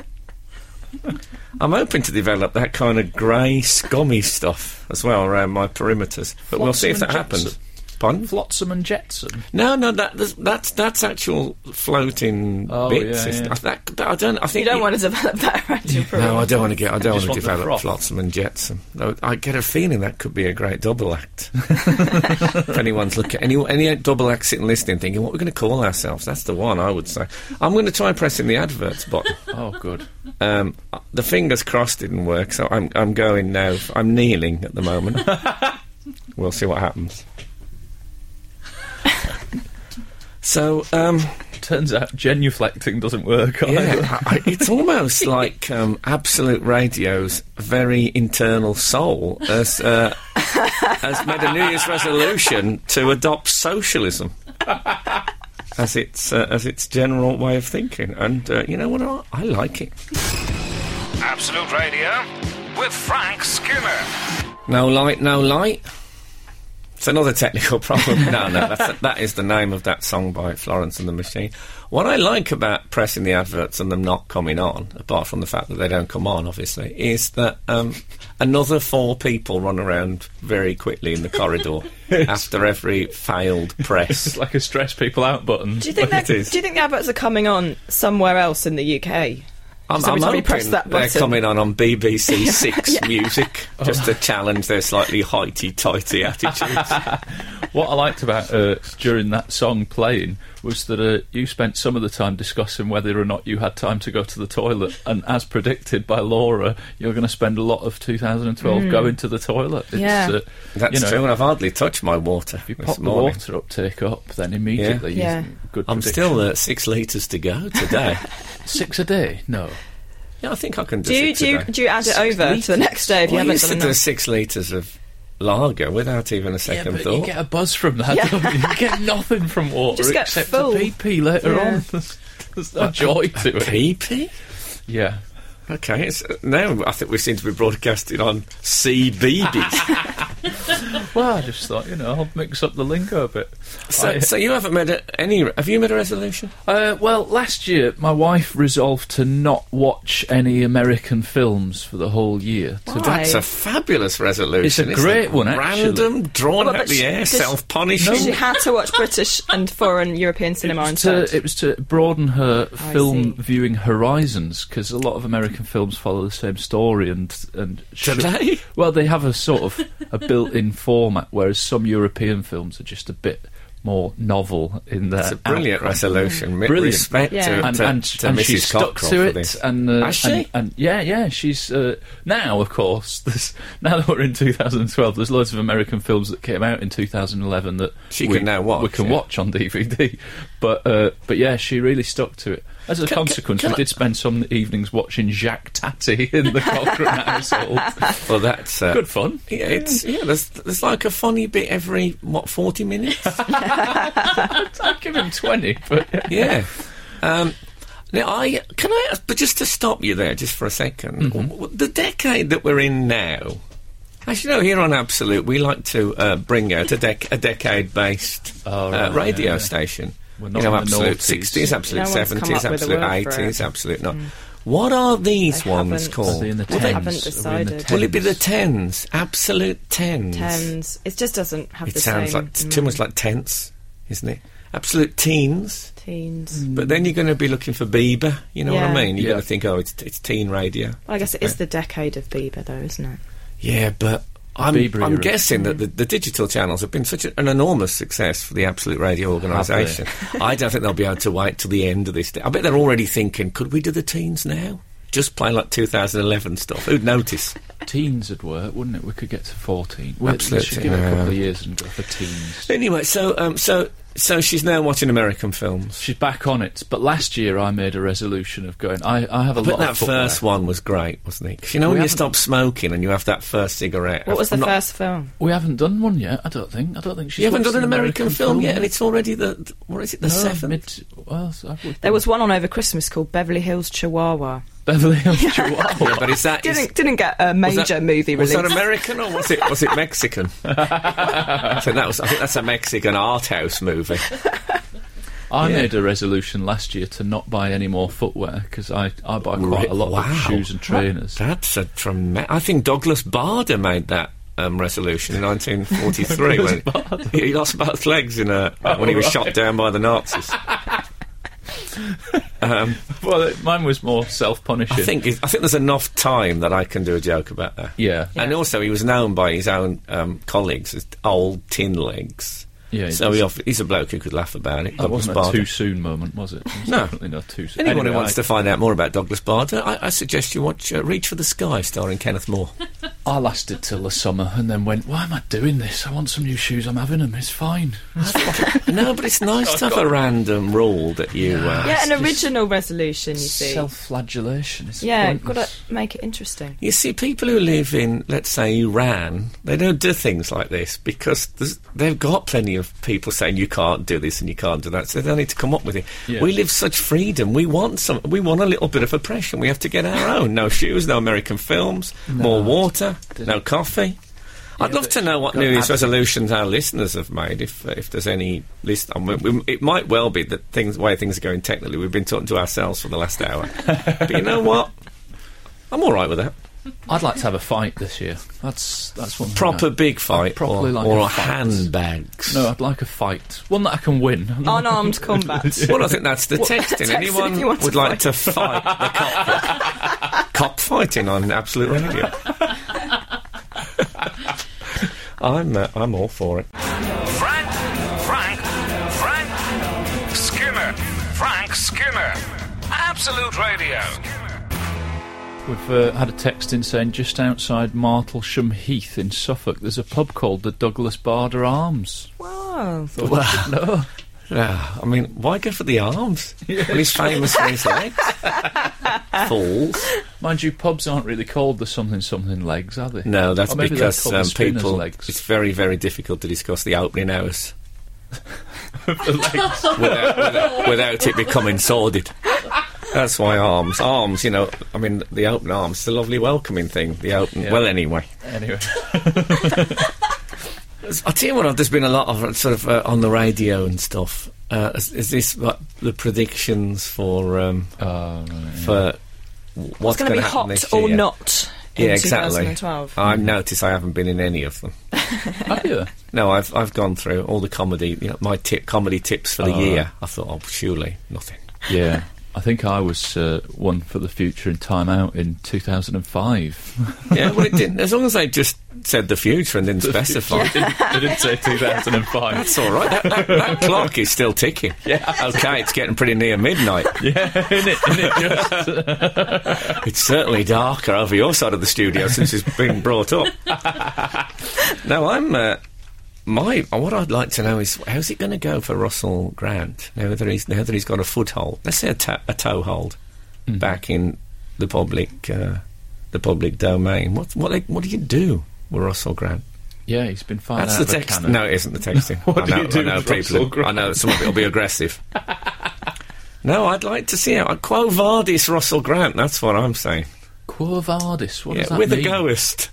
Speaker 3: I'm hoping to develop that kind of grey, scummy stuff as well around my perimeters, but we'll see if that
Speaker 4: Flotsam and
Speaker 3: happens. Pardon?
Speaker 4: Flotsam and Jetsam.
Speaker 3: No, no, that, that's- that's that's actual floating
Speaker 4: Oh,
Speaker 3: bits.
Speaker 4: yeah,
Speaker 3: It's-
Speaker 4: yeah.
Speaker 3: That, that- I don't. I
Speaker 5: You
Speaker 3: think
Speaker 5: don't
Speaker 3: it-
Speaker 5: want to develop that around your
Speaker 3: No, I
Speaker 5: perimeter.
Speaker 3: don't want to get. I don't
Speaker 4: Just
Speaker 3: want to
Speaker 4: want the
Speaker 3: develop
Speaker 4: froth.
Speaker 3: flotsam and jetsam. No, I get a feeling that could be a great double act. if anyone's looking, any any double act sitting listening, thinking what we're going to call ourselves. That's the one I would say. I'm going to try pressing the adverts button.
Speaker 4: Oh, good.
Speaker 3: Um, uh, the fingers crossed didn't work, so I'm I'm going now. f- I'm kneeling at the moment. we'll see what happens. so. Um,
Speaker 4: Turns out genuflecting doesn't work. either.
Speaker 3: yeah, I- I- it's almost like um, Absolute Radio's very internal soul has, uh, has made a New Year's resolution to adopt socialism as its uh, as its general way of thinking. And uh, you know what? I, I like it.
Speaker 2: Absolute Radio with Frank Skinner.
Speaker 3: No light, no light. It's another technical problem. no, no, that's, that is the name of that song by Florence and the Machine. What I like about pressing the adverts and them not coming on, apart from the fact that they don't come on, obviously, is that um, another four people run around very quickly in the corridor after every failed press.
Speaker 4: It's like a stress people out button.
Speaker 5: Do you think that,
Speaker 3: It is.
Speaker 5: Do you think the adverts are coming on somewhere else in the UK?
Speaker 3: I'm, I'm
Speaker 5: So every time you
Speaker 3: hoping
Speaker 5: press that
Speaker 3: they're
Speaker 5: button-
Speaker 3: coming on on BBC Six Music
Speaker 4: Oh.
Speaker 3: just to challenge their slightly hoity-toity attitudes.
Speaker 4: What I liked about uh, during that song playing was that uh, you spent some of the time discussing whether or not you had time to go to the toilet, and as predicted by Laura, you're going to spend a lot of 2012 going to the toilet. It's,
Speaker 5: Hmm. Yeah.
Speaker 4: uh,
Speaker 3: That's
Speaker 4: you know,
Speaker 3: true, and I've hardly touched my water.
Speaker 4: If you
Speaker 3: this
Speaker 4: pop the
Speaker 3: morning.
Speaker 4: water uptake up, then immediately, you-
Speaker 5: Yeah.
Speaker 4: good.
Speaker 3: I'm
Speaker 4: prediction.
Speaker 3: still uh, at six litres to go today.
Speaker 4: six a day. No,
Speaker 3: yeah, I think I can do,
Speaker 5: Do you,
Speaker 3: six
Speaker 5: do, you,
Speaker 3: a day.
Speaker 5: do you add it over to the next day if you
Speaker 3: Well, I
Speaker 5: haven't
Speaker 3: used to
Speaker 5: done
Speaker 3: do
Speaker 5: that?
Speaker 3: six litres of lager without even a
Speaker 4: yeah,
Speaker 3: second
Speaker 4: but
Speaker 3: thought.
Speaker 4: you get a buzz from that.
Speaker 5: Yeah.
Speaker 4: Don't you? you get nothing from water
Speaker 5: Just get
Speaker 4: except
Speaker 5: full.
Speaker 4: a pee pee later
Speaker 5: Yeah.
Speaker 4: on. There's, there's no joy to it.
Speaker 3: Pee pee?
Speaker 4: Yeah.
Speaker 3: Okay, it's, uh, now I think we seem to be broadcasting on CBB.
Speaker 4: Well, I just thought you know I'll mix up the lingo a bit.
Speaker 3: so,
Speaker 4: I-
Speaker 3: so you haven't made a, any. Have you made a resolution?
Speaker 4: Uh, well, last year my wife resolved to not watch any American films for the whole year. To
Speaker 5: Why?
Speaker 3: That's a fabulous resolution.
Speaker 4: It's a
Speaker 3: isn't
Speaker 4: great
Speaker 3: it?
Speaker 4: one, actually.
Speaker 3: Random, drawn
Speaker 5: Well, but
Speaker 3: out the
Speaker 5: she-
Speaker 3: air,
Speaker 5: does-
Speaker 3: self-punishing.
Speaker 5: She had to watch British and foreign European cinema
Speaker 4: it was
Speaker 5: instead.
Speaker 4: to, it was to broaden her
Speaker 3: Oh,
Speaker 5: I
Speaker 4: film
Speaker 5: see.
Speaker 4: viewing horizons because a lot of American films follow the same story and and should-
Speaker 3: they?
Speaker 4: well they have a sort of a built-in format whereas some European films are just a bit more novel in their
Speaker 3: It's a brilliant
Speaker 4: outcome.
Speaker 3: resolution. Mi-
Speaker 4: Brilliant.
Speaker 3: Respect
Speaker 5: Yeah.
Speaker 3: to,
Speaker 4: and,
Speaker 3: to,
Speaker 4: and,
Speaker 3: uh, to
Speaker 4: and
Speaker 3: Mrs.
Speaker 4: she stuck
Speaker 3: Cockrell
Speaker 4: to
Speaker 3: for
Speaker 4: it.
Speaker 3: this.
Speaker 4: And, uh,
Speaker 3: Has she?
Speaker 4: and, and yeah, yeah, she's uh, now, of course. This, now that we're in 2012, there's loads of American films that came out in 2011 that
Speaker 3: She
Speaker 4: we,
Speaker 3: can now watch,
Speaker 4: We can
Speaker 3: yeah.
Speaker 4: watch on DVD, but uh, but yeah, she really stuck to it. As a
Speaker 3: Can- can-
Speaker 4: consequence,
Speaker 3: can
Speaker 4: we
Speaker 3: I-
Speaker 4: did spend some evenings watching Jacques Tati in the Cochrane household.
Speaker 3: well, that's uh,
Speaker 4: Good fun.
Speaker 3: Yeah, it's yeah. There's there's like a funny bit every what forty minutes.
Speaker 4: I'd give him 20, but yeah.
Speaker 3: yeah. Um, now I can I ask- but just to stop you there just for a 2nd
Speaker 5: Mm-hmm.
Speaker 3: the decade that we're in now. As you know, here on Absolute, we like to uh, bring out a, dec- a decade-based
Speaker 4: Oh, right,
Speaker 3: uh, radio
Speaker 4: yeah, yeah.
Speaker 3: station.
Speaker 4: We're
Speaker 3: you
Speaker 4: not
Speaker 3: know,
Speaker 4: in the
Speaker 3: absolute
Speaker 4: 90s.
Speaker 3: sixties, absolute
Speaker 5: No one's come
Speaker 3: seventies,
Speaker 5: up with a
Speaker 3: absolute
Speaker 5: word for Mm.
Speaker 3: eighties, absolute not. What are these
Speaker 5: They
Speaker 3: ones
Speaker 5: haven't.
Speaker 3: called?
Speaker 4: Are they in the
Speaker 3: Will they-
Speaker 5: I haven't
Speaker 4: tens? Are we in the
Speaker 5: decided.
Speaker 3: Will it be the
Speaker 4: tens?
Speaker 3: tens? Absolute tens.
Speaker 5: Tens. It just doesn't have
Speaker 3: It
Speaker 5: the
Speaker 3: sounds
Speaker 5: same.
Speaker 3: like it's too much like tense, isn't it? Absolute teens.
Speaker 5: teens.
Speaker 3: But then you're going to be looking for Bieber. You know what
Speaker 5: Yeah.
Speaker 3: I mean? You're
Speaker 4: Yeah.
Speaker 3: going to think, oh, it's it's teen radio.
Speaker 5: Well, I guess it is the decade of Bieber, though, isn't it?
Speaker 3: Yeah, but I'm
Speaker 4: Bieber
Speaker 3: I'm
Speaker 4: era.
Speaker 3: guessing
Speaker 5: Mm.
Speaker 3: that the, the digital channels have been such a, an enormous success for the Absolute Radio organisation. I don't think they'll be able to wait till the end of this. Day. I bet they're already thinking, could we do the teens now? Just play like 2011 stuff. Who'd notice?
Speaker 4: Teens would work, wouldn't it? We could get to 14. We, we
Speaker 3: Absolutely,
Speaker 4: should give it a couple
Speaker 3: yeah.
Speaker 4: of years and go for teens.
Speaker 3: Anyway, so um, so so she's now watching American films.
Speaker 4: She's back on it. But last year I made a resolution of going. I, I have a
Speaker 3: But
Speaker 4: lot
Speaker 3: that
Speaker 4: of footwear.
Speaker 3: first one was great, wasn't it? 'Cause you know
Speaker 4: We
Speaker 3: when you
Speaker 4: haven't-
Speaker 3: stop smoking and you have that first cigarette.
Speaker 5: What was the
Speaker 3: Not-
Speaker 5: first film?
Speaker 4: We haven't done one yet. I don't think. I don't think she's.
Speaker 3: You haven't done
Speaker 4: watched
Speaker 3: an American, film, yet, and it's already the th- what is it?
Speaker 5: Oh,
Speaker 3: The
Speaker 4: no,
Speaker 3: seventh.
Speaker 4: mid- well, so I would-
Speaker 5: There was one on over Christmas called Beverly Hills Chihuahua.
Speaker 4: Beverly Hills Chihuahua.
Speaker 3: but is that is-
Speaker 5: Didn't didn't get a
Speaker 3: was
Speaker 5: major
Speaker 3: that-
Speaker 5: movie
Speaker 3: Was
Speaker 5: release.
Speaker 3: that American or was it was it Mexican? I think that was. I think that's a Mexican art house movie.
Speaker 4: I
Speaker 3: Yeah.
Speaker 4: made a resolution last year to not buy any more footwear because I, I buy quite
Speaker 3: Right,
Speaker 4: a lot
Speaker 3: wow.
Speaker 4: of shoes and trainers.
Speaker 3: That's a tremendous. I think Douglas Bader made that. Um, resolution in 1943 when he lost both legs in a when he was shot down by the Nazis.
Speaker 4: Well, it, mine was more self-punishing.
Speaker 3: I think I think there's enough time that I can do a joke about that.
Speaker 4: Yeah.
Speaker 3: And also, he was known by his own um, colleagues as old tin legs.
Speaker 4: Yeah, he
Speaker 3: so
Speaker 4: does.
Speaker 3: he off- he's a bloke who could laugh about it.
Speaker 4: That
Speaker 3: Douglas
Speaker 4: wasn't a too
Speaker 3: Bader.
Speaker 4: soon moment, was it? It was
Speaker 3: No.
Speaker 4: definitely not too soon.
Speaker 3: Anyone who
Speaker 4: Anyway,
Speaker 3: wants to find out more about Douglas Bader, I, I suggest you watch uh, Reach for the Sky, starring Kenneth Moore.
Speaker 4: I lasted till the summer and then went, why am I doing this? I want some new shoes. I'm having them. It's fine.
Speaker 3: no, but it's nice to have a random rule that you. Uh,
Speaker 5: yeah, an
Speaker 4: It's just
Speaker 5: original resolution, you see.
Speaker 4: Self-flagellation. It's
Speaker 5: yeah, got to
Speaker 4: pointless.
Speaker 5: make it interesting.
Speaker 3: You see, people who live in, let's say, Iran, they don't do things like this because there's- they've got plenty of people saying you can't do this and you can't do that, so they don't need to come up with it.
Speaker 4: Yeah.
Speaker 3: We live such freedom. We want some. We want a little bit of oppression. We have to get our own. No shoes, no American films, more water, no coffee. I'd love
Speaker 4: but
Speaker 3: to know what
Speaker 4: got
Speaker 3: New Year's
Speaker 4: ab-
Speaker 3: resolutions our listeners have made. If uh, if there's any list, I mean, we- it might well be that things way things are going technically. We've been talking to ourselves for the last hour, but you know what? I'm all right with that
Speaker 4: I'd like to have a fight this year. That's that's one thing
Speaker 3: proper
Speaker 4: I-
Speaker 3: big fight
Speaker 4: properly
Speaker 3: or,
Speaker 4: like
Speaker 3: or
Speaker 4: a fight.
Speaker 3: handbags.
Speaker 4: No, I'd like a fight. One that I can win.
Speaker 3: Oh.
Speaker 5: Unarmed combat.
Speaker 3: Well, I think that's the text.
Speaker 5: text
Speaker 3: And
Speaker 5: if
Speaker 3: anyone
Speaker 5: you want to
Speaker 3: would like to fight the cop, cop fighting on Absolute Radio. I'm uh, I'm all for it.
Speaker 2: Frank, Frank, Frank Skinner. Absolute Radio.
Speaker 4: We've uh, had a text in saying just outside Martlesham Heath in Suffolk, there's a pub called the Douglas Barder Arms.
Speaker 5: Wow.
Speaker 4: Wow. No.
Speaker 3: Yeah, Ah, I mean, why go for the arms? well, he's famous for his legs. Falls.
Speaker 4: Mind you, pubs aren't really called the something something legs, are they?
Speaker 3: No, that's
Speaker 4: Or maybe they're
Speaker 3: because
Speaker 4: called the
Speaker 3: um,
Speaker 4: spinner's
Speaker 3: people.
Speaker 4: legs.
Speaker 3: It's very, very difficult to discuss the opening hours
Speaker 4: The legs.
Speaker 3: without, without, without it becoming sordid. That's why arms, arms. You know, I mean, the open arms. It's a lovely welcoming thing. The open.
Speaker 4: Yeah.
Speaker 3: Well, anyway.
Speaker 4: Anyway,
Speaker 3: I tell you what, there's been a lot of uh, sort of uh, on the radio and stuff. Uh, is, is this like, the predictions for um,
Speaker 4: oh, right.
Speaker 3: for w- what's
Speaker 5: It's going to be
Speaker 3: gonna happen
Speaker 5: hot
Speaker 3: this
Speaker 5: or
Speaker 3: year?
Speaker 5: not in
Speaker 3: Yeah, exactly. Oh,
Speaker 5: 2012.
Speaker 3: I notice I haven't been in any of them.
Speaker 4: have you?
Speaker 3: No, I've I've gone through all the comedy, you know, my tip comedy tips for the
Speaker 4: Oh,
Speaker 3: year.
Speaker 4: right.
Speaker 3: I thought, oh, surely nothing.
Speaker 4: Yeah. I think I was uh, one for the future in Time Out in 2005.
Speaker 3: Yeah, well, it didn't. As long as they just said the future and didn't specify,
Speaker 4: I didn't say 2005.
Speaker 3: it's all right. That, that, that clock is still ticking. Yeah. Okay, it's getting pretty near midnight.
Speaker 4: yeah, in it, in it just.
Speaker 3: It's certainly darker over your side of the studio since it's been brought up. now I'm. Uh, my what I'd like to know is how's it going to go for Russell Grant now that he's now that he's got a foothold, let's say a, ta- a toehold,
Speaker 4: Mm.
Speaker 3: back in the public uh, the public domain. What what what do you do with Russell Grant?
Speaker 4: Yeah, he's been fired
Speaker 3: That's
Speaker 4: out
Speaker 3: the
Speaker 4: of a
Speaker 3: text.
Speaker 4: cannon.
Speaker 3: No, it isn't the texting.
Speaker 4: What
Speaker 3: I
Speaker 4: do
Speaker 3: know,
Speaker 4: you do
Speaker 3: I know
Speaker 4: with
Speaker 3: people.
Speaker 4: Russell Grant?
Speaker 3: I know some of it will be aggressive. no, I'd like to see it. Quo vadis, Russell Grant. That's what I'm saying.
Speaker 4: Quo Vadis. What does
Speaker 3: Yeah,
Speaker 4: that
Speaker 3: with a
Speaker 4: mean?
Speaker 3: goest.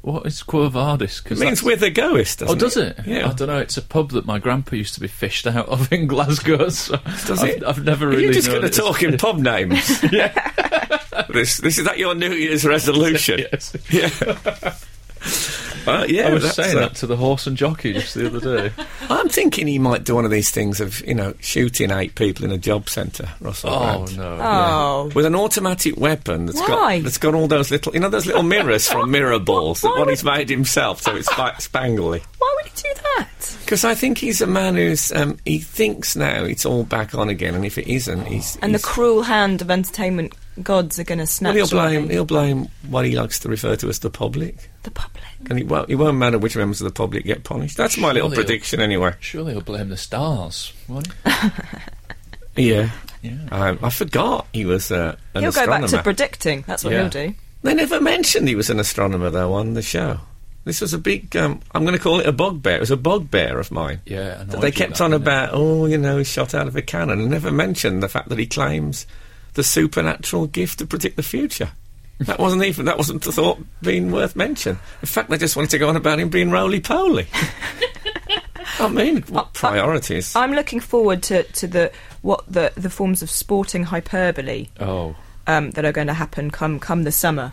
Speaker 4: What is Quo Vadis? 'Cause
Speaker 3: It means
Speaker 4: that's-
Speaker 3: with a goest. Doesn't
Speaker 4: Oh, does it?
Speaker 3: Yeah.
Speaker 4: I don't know. It's a pub that my grandpa used to be fished out of in Glasgow. So
Speaker 3: Does
Speaker 4: I've,
Speaker 3: it?
Speaker 4: I've never
Speaker 3: Are
Speaker 4: really.
Speaker 3: you just going
Speaker 4: known
Speaker 3: to
Speaker 4: it as-
Speaker 3: talk in pub names? yeah. This this is that your New Year's resolution?
Speaker 4: Yes.
Speaker 3: Yeah. Uh, yeah,
Speaker 4: I was
Speaker 3: that's,
Speaker 4: saying
Speaker 3: uh,
Speaker 4: that to the horse and jockey just the other day.
Speaker 3: I'm thinking he might do one of these things of you know shooting eight people in a job centre, Russell.
Speaker 4: oh
Speaker 3: Brand.
Speaker 4: no!
Speaker 5: Oh.
Speaker 3: With an automatic weapon that's
Speaker 5: Why?
Speaker 3: got that's got all those little you know those little mirrors from mirror balls that
Speaker 5: Why
Speaker 3: one
Speaker 5: would-
Speaker 3: he's made himself, so it's spa- spangly.
Speaker 5: Why would he do that?
Speaker 3: Because I think he's a man who's um, he thinks now it's all back on again, and if it isn't, he's
Speaker 5: And the
Speaker 3: he's-
Speaker 5: cruel hand of entertainment gods are going to snatch
Speaker 3: well, he'll blame
Speaker 5: away
Speaker 3: he'll blame what he likes to refer to as the public,
Speaker 5: the public.
Speaker 3: and it won't it won't matter which members of the public get punished. That's my little
Speaker 4: Surely he'll-
Speaker 3: prediction, anyway.
Speaker 4: Surely he'll blame the stars. Won't he?
Speaker 3: Yeah,
Speaker 4: Yeah.
Speaker 3: um, I forgot he was uh, an
Speaker 5: he'll go
Speaker 3: astronomer.
Speaker 5: back to predicting. That's what
Speaker 4: Yeah.
Speaker 5: he'll do.
Speaker 3: They never mentioned he was an astronomer though on the show. This was a big. Um, I'm going to call it a bugbear. It was a bugbear of mine.
Speaker 4: Yeah, annoyed
Speaker 3: That they
Speaker 4: you
Speaker 3: kept
Speaker 4: that,
Speaker 3: on
Speaker 4: didn't it?
Speaker 3: about. Oh, you know, he's shot out of a cannon, and never mentioned the fact that he claims the supernatural gift to predict the future. That wasn't even. That wasn't the thought being worth mention. In fact, they just wanted to go on about him being roly poly. I mean, what priorities?
Speaker 5: I'm looking forward to, to the what the, the forms of sporting hyperbole
Speaker 4: Oh.
Speaker 5: um, that are going to happen come come the summer.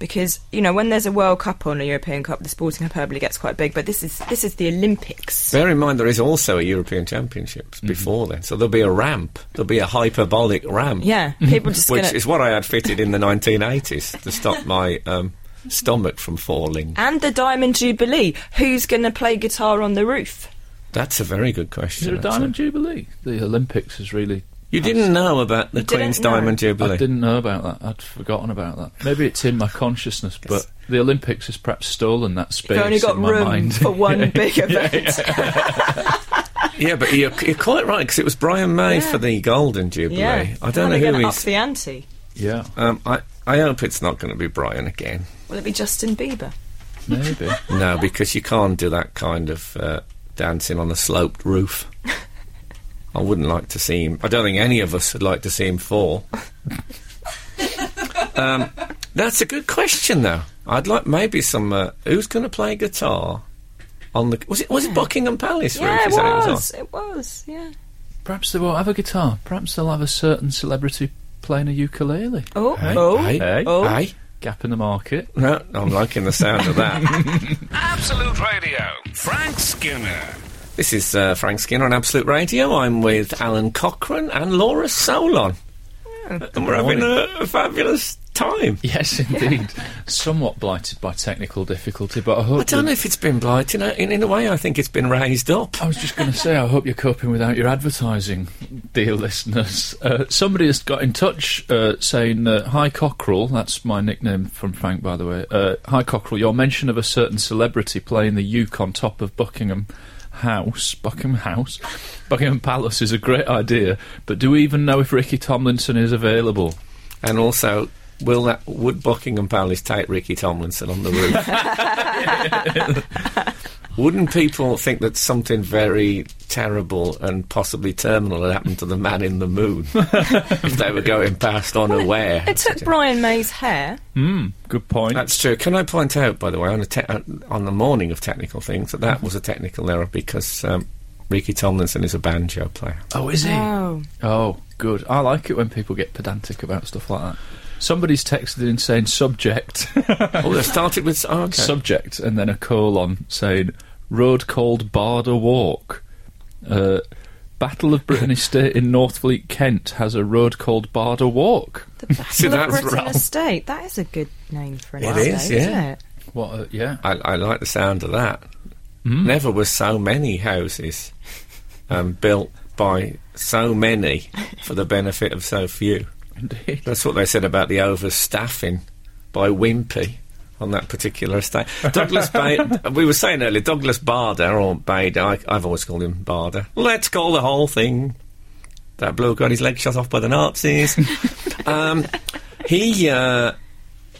Speaker 5: Because you know when there's a World Cup on a European Cup, the sporting hyperbole gets quite big. But this is this is the Olympics.
Speaker 3: Bear in mind, there is also a European Championships
Speaker 4: Mm-hmm.
Speaker 3: before then, so there'll be a ramp. There'll be a hyperbolic ramp.
Speaker 5: Yeah, people just
Speaker 3: which
Speaker 5: gonna
Speaker 3: is what I had fitted in the 1980s to stop my um, stomach from falling.
Speaker 5: and the Diamond Jubilee. Who's going to play guitar on the roof?
Speaker 3: That's a very good
Speaker 4: Is there
Speaker 3: question.
Speaker 4: a
Speaker 3: actually.
Speaker 4: Diamond Jubilee? The Olympics is really.
Speaker 3: You didn't know about the
Speaker 5: You didn't
Speaker 3: Queen's
Speaker 5: know.
Speaker 3: Diamond
Speaker 4: I
Speaker 3: Jubilee.
Speaker 4: didn't know about that. I'd forgotten about that. Maybe it's in my consciousness, but the Olympics has perhaps stolen that space
Speaker 5: You've only got
Speaker 4: in my
Speaker 5: room
Speaker 4: mind.
Speaker 5: for one big event.
Speaker 3: yeah, but you're, you're quite right because it was Brian May
Speaker 5: Yeah.
Speaker 3: for the Golden Jubilee.
Speaker 5: Yeah.
Speaker 3: I don't
Speaker 5: Now
Speaker 3: know
Speaker 5: they're
Speaker 3: who
Speaker 5: gonna up
Speaker 3: he's.
Speaker 5: the ante.
Speaker 4: yeah,
Speaker 3: Um, I I hope it's not going to be Brian again.
Speaker 5: Will it be Justin Bieber?
Speaker 4: maybe.
Speaker 3: No, because you can't do that kind of uh, dancing on a sloped roof. I wouldn't like to see him. I don't think any of us would like to see him fall. um, that's a good question, though. I'd like maybe some. Uh, who's going to play guitar on the? Was it was it Buckingham Palace? roof?
Speaker 5: Yeah, it
Speaker 3: Is that
Speaker 5: was.
Speaker 3: what
Speaker 5: It
Speaker 3: on?
Speaker 5: was, Yeah.
Speaker 4: Perhaps they won't have a guitar. Perhaps they'll have a certain celebrity playing a ukulele.
Speaker 5: Oh,
Speaker 3: Hey,
Speaker 5: oh,
Speaker 3: hey,
Speaker 4: Hey.
Speaker 5: oh.
Speaker 3: hey.
Speaker 4: Gap in the market.
Speaker 3: No, I'm liking the sound of that.
Speaker 2: Absolute Radio. Frank Skinner.
Speaker 3: This is uh, Frank Skinner on Absolute Radio. I'm with Alan Cochrane and Laura Solon. and we're having a, a fabulous time.
Speaker 4: Yes, indeed. Somewhat blighted by technical difficulty, but I hope.
Speaker 3: I don't
Speaker 4: that-
Speaker 3: know if it's been blighted. I- In, in a way, I think it's been raised up.
Speaker 4: I was just going to say, I hope you're coping without your advertising, dear listeners. Uh, somebody has got in touch uh, saying, uh, Hi Cockerel, that's my nickname from Frank, by the way. Uh, Hi Cockerel, your mention of a certain celebrity playing the uke on top of Buckingham House, Buckingham House, Buckingham Palace is a great idea, but do we even know if Ricky Tomlinson is available?
Speaker 3: And also, will that would Buckingham Palace take Ricky Tomlinson on the roof? Wouldn't people think that something very terrible and possibly terminal had happened to the man in the moon if they were going past unaware?
Speaker 5: It took Brian May's hair.
Speaker 4: Hmm, good point.
Speaker 3: That's true. Can I point out, by the way, on, a te- uh, on the morning of technical things, that that was a technical error because um, Ricky Tomlinson is a banjo player.
Speaker 4: oh, is he?
Speaker 5: Oh.
Speaker 4: Oh, good. I like it when people get pedantic about stuff like that. Somebody's texted in saying subject,
Speaker 3: oh, they started with. Oh, okay.
Speaker 4: subject, and then a colon saying road called Barder Walk. Uh, Battle of Britain Estate in Northfleet, Kent has a road called Barder Walk.
Speaker 5: The Battle
Speaker 3: See,
Speaker 5: of
Speaker 3: that's
Speaker 5: Britain
Speaker 3: wrong.
Speaker 5: Estate. That is a good name for an
Speaker 3: It
Speaker 5: estate,
Speaker 3: is,
Speaker 5: isn't
Speaker 3: yeah.
Speaker 5: it?
Speaker 4: What? A, yeah.
Speaker 3: I, I like the sound of that. Never were so many houses um, built by so many for the benefit of so few.
Speaker 4: Indeed.
Speaker 3: That's what they said about the overstaffing by Wimpy on that particular estate. Douglas Bader, we were saying earlier, Douglas Bader, or Bader, I, I've always called him Bader. Let's call the whole thing. That bloke got his leg shot off by the Nazis. um, he, uh,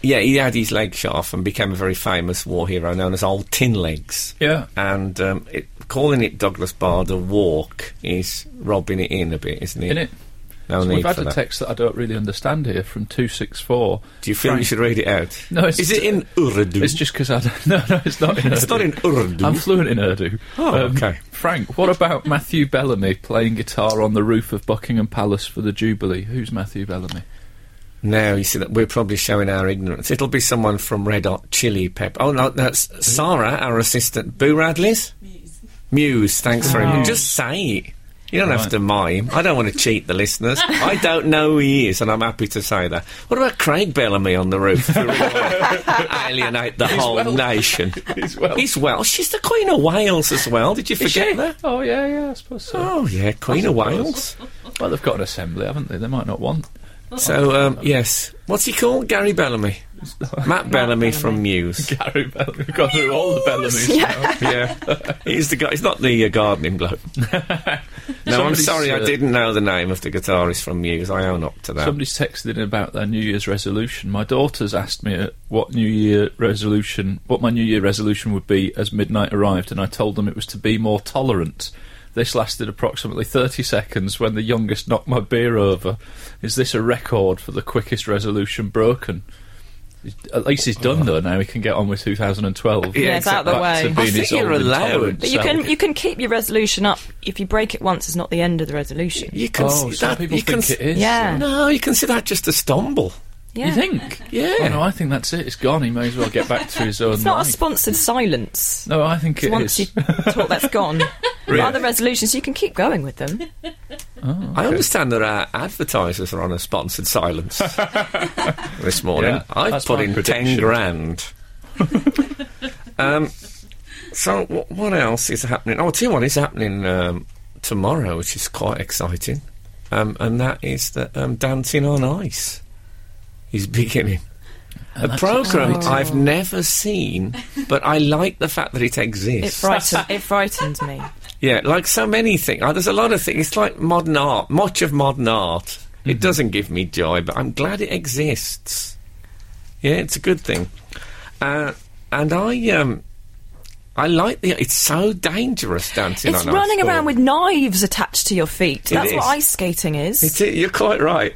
Speaker 3: yeah, he had his leg shot off and became a very famous war hero known as Old Tin Legs.
Speaker 4: Yeah.
Speaker 3: And um, it, calling it Douglas Bader Walk is robbing it in a bit, isn't it?
Speaker 4: In it.
Speaker 3: No
Speaker 4: So
Speaker 3: need
Speaker 4: we've had
Speaker 3: for
Speaker 4: a
Speaker 3: that.
Speaker 4: text that I don't really understand here from 264.
Speaker 3: Do you feel you
Speaker 4: Frank-
Speaker 3: should read it out?
Speaker 4: No, it's-
Speaker 3: is it in Urdu?
Speaker 4: It's just because I don't. No, no, it's not in
Speaker 3: It's not in Urdu.
Speaker 4: I'm fluent in Urdu. Um,
Speaker 3: Oh, okay.
Speaker 4: Frank, what about Matthew Bellamy playing guitar on the roof of Buckingham Palace for the Jubilee? Who's Matthew Bellamy?
Speaker 3: no, you see that we're probably showing our ignorance. It'll be someone from Red Hot Chili Pepper. Oh no, that's Sarah, our assistant. Boo Radleys. Muse. Muse. Thanks very much. Just say it. You don't have
Speaker 4: Oh. Right.
Speaker 3: to mime. I don't want to cheat the listeners. I don't know who he is, and I'm happy to say that. What about Craig Bellamy on the roof? To really alienate the whole
Speaker 4: Welsh.
Speaker 3: nation.
Speaker 4: He's Welsh.
Speaker 3: He's Welsh. She's the Queen of Wales as well. Did you forget that?
Speaker 4: Oh, yeah, yeah, I suppose so.
Speaker 3: Oh yeah, Queen of
Speaker 4: suppose.
Speaker 3: Wales.
Speaker 4: Well, they've got an assembly, haven't they? They might not want.
Speaker 3: So um, yes, what's he called? Gary Bellamy, Matt Bellamy from Muse.
Speaker 4: Gary Bellamy. We've gone through all the Bellamy's.
Speaker 3: yeah, he's the guy. He's not the uh, gardening bloke. no, I'm
Speaker 4: Somebody's,
Speaker 3: sorry, I
Speaker 4: uh,
Speaker 3: didn't know the name of the guitarist from Muse. I own up to that.
Speaker 4: Somebody's texted in about their New Year's resolution. My daughter's asked me uh, what New Year resolution, what my New Year resolution would be as midnight arrived, and I told them it was to be more tolerant. This lasted approximately 30 seconds when the youngest knocked my beer over. Is this a record for the quickest resolution broken? He's- At least he's done though. Now he can get on with 2012.
Speaker 5: Yeah, it's out the
Speaker 4: Back to
Speaker 5: way.
Speaker 4: being
Speaker 3: I
Speaker 4: his
Speaker 3: think you're
Speaker 4: old
Speaker 3: allowed.
Speaker 4: intolerant
Speaker 5: But you
Speaker 4: self.
Speaker 5: can you can keep your resolution up. If you break it once, it's not the end of the resolution.
Speaker 3: You can
Speaker 4: Oh,
Speaker 3: see
Speaker 4: some
Speaker 3: that.
Speaker 4: people
Speaker 3: you can
Speaker 4: think it is.
Speaker 5: Yeah.
Speaker 3: s- No, you can see that just a stumble.
Speaker 5: yeah.
Speaker 4: You think?
Speaker 3: Yeah.
Speaker 4: Oh, no, I think that's it. It's gone. He may as well get back to his own
Speaker 5: It's not a
Speaker 4: life.
Speaker 5: sponsored silence.
Speaker 4: no, I think it
Speaker 5: Once you
Speaker 4: is.
Speaker 5: talk, that's gone.
Speaker 4: Really?
Speaker 5: Other resolutions, you can keep going with them.
Speaker 3: I understand that our advertisers are on a sponsored silence this morning.
Speaker 4: Yeah,
Speaker 3: I've
Speaker 4: that's
Speaker 3: put
Speaker 4: my
Speaker 3: in ten
Speaker 4: prediction.
Speaker 3: grand. um, so wh- what else is happening? Oh, I'll tell you what is happening um, tomorrow, which is quite exciting, um, and that is that um, Dancing on Ice is beginning. a
Speaker 4: Oh, that's
Speaker 3: program
Speaker 5: exciting.
Speaker 3: I've never seen, but I like the fact that it
Speaker 5: It
Speaker 3: exists.
Speaker 5: frighten, it frightens me.
Speaker 3: Yeah, like so many things. Oh, there's a lot of things. It's like modern art. Much of modern art. It doesn't give me joy, but I'm glad it exists. Yeah, it's a good thing. Uh, and I, um, I like the. It's so dangerous dancing.
Speaker 5: it's
Speaker 3: on ice.
Speaker 5: running around with knives attached to your feet. That's
Speaker 3: is.
Speaker 5: what ice skating is.
Speaker 3: It's it. You're quite right.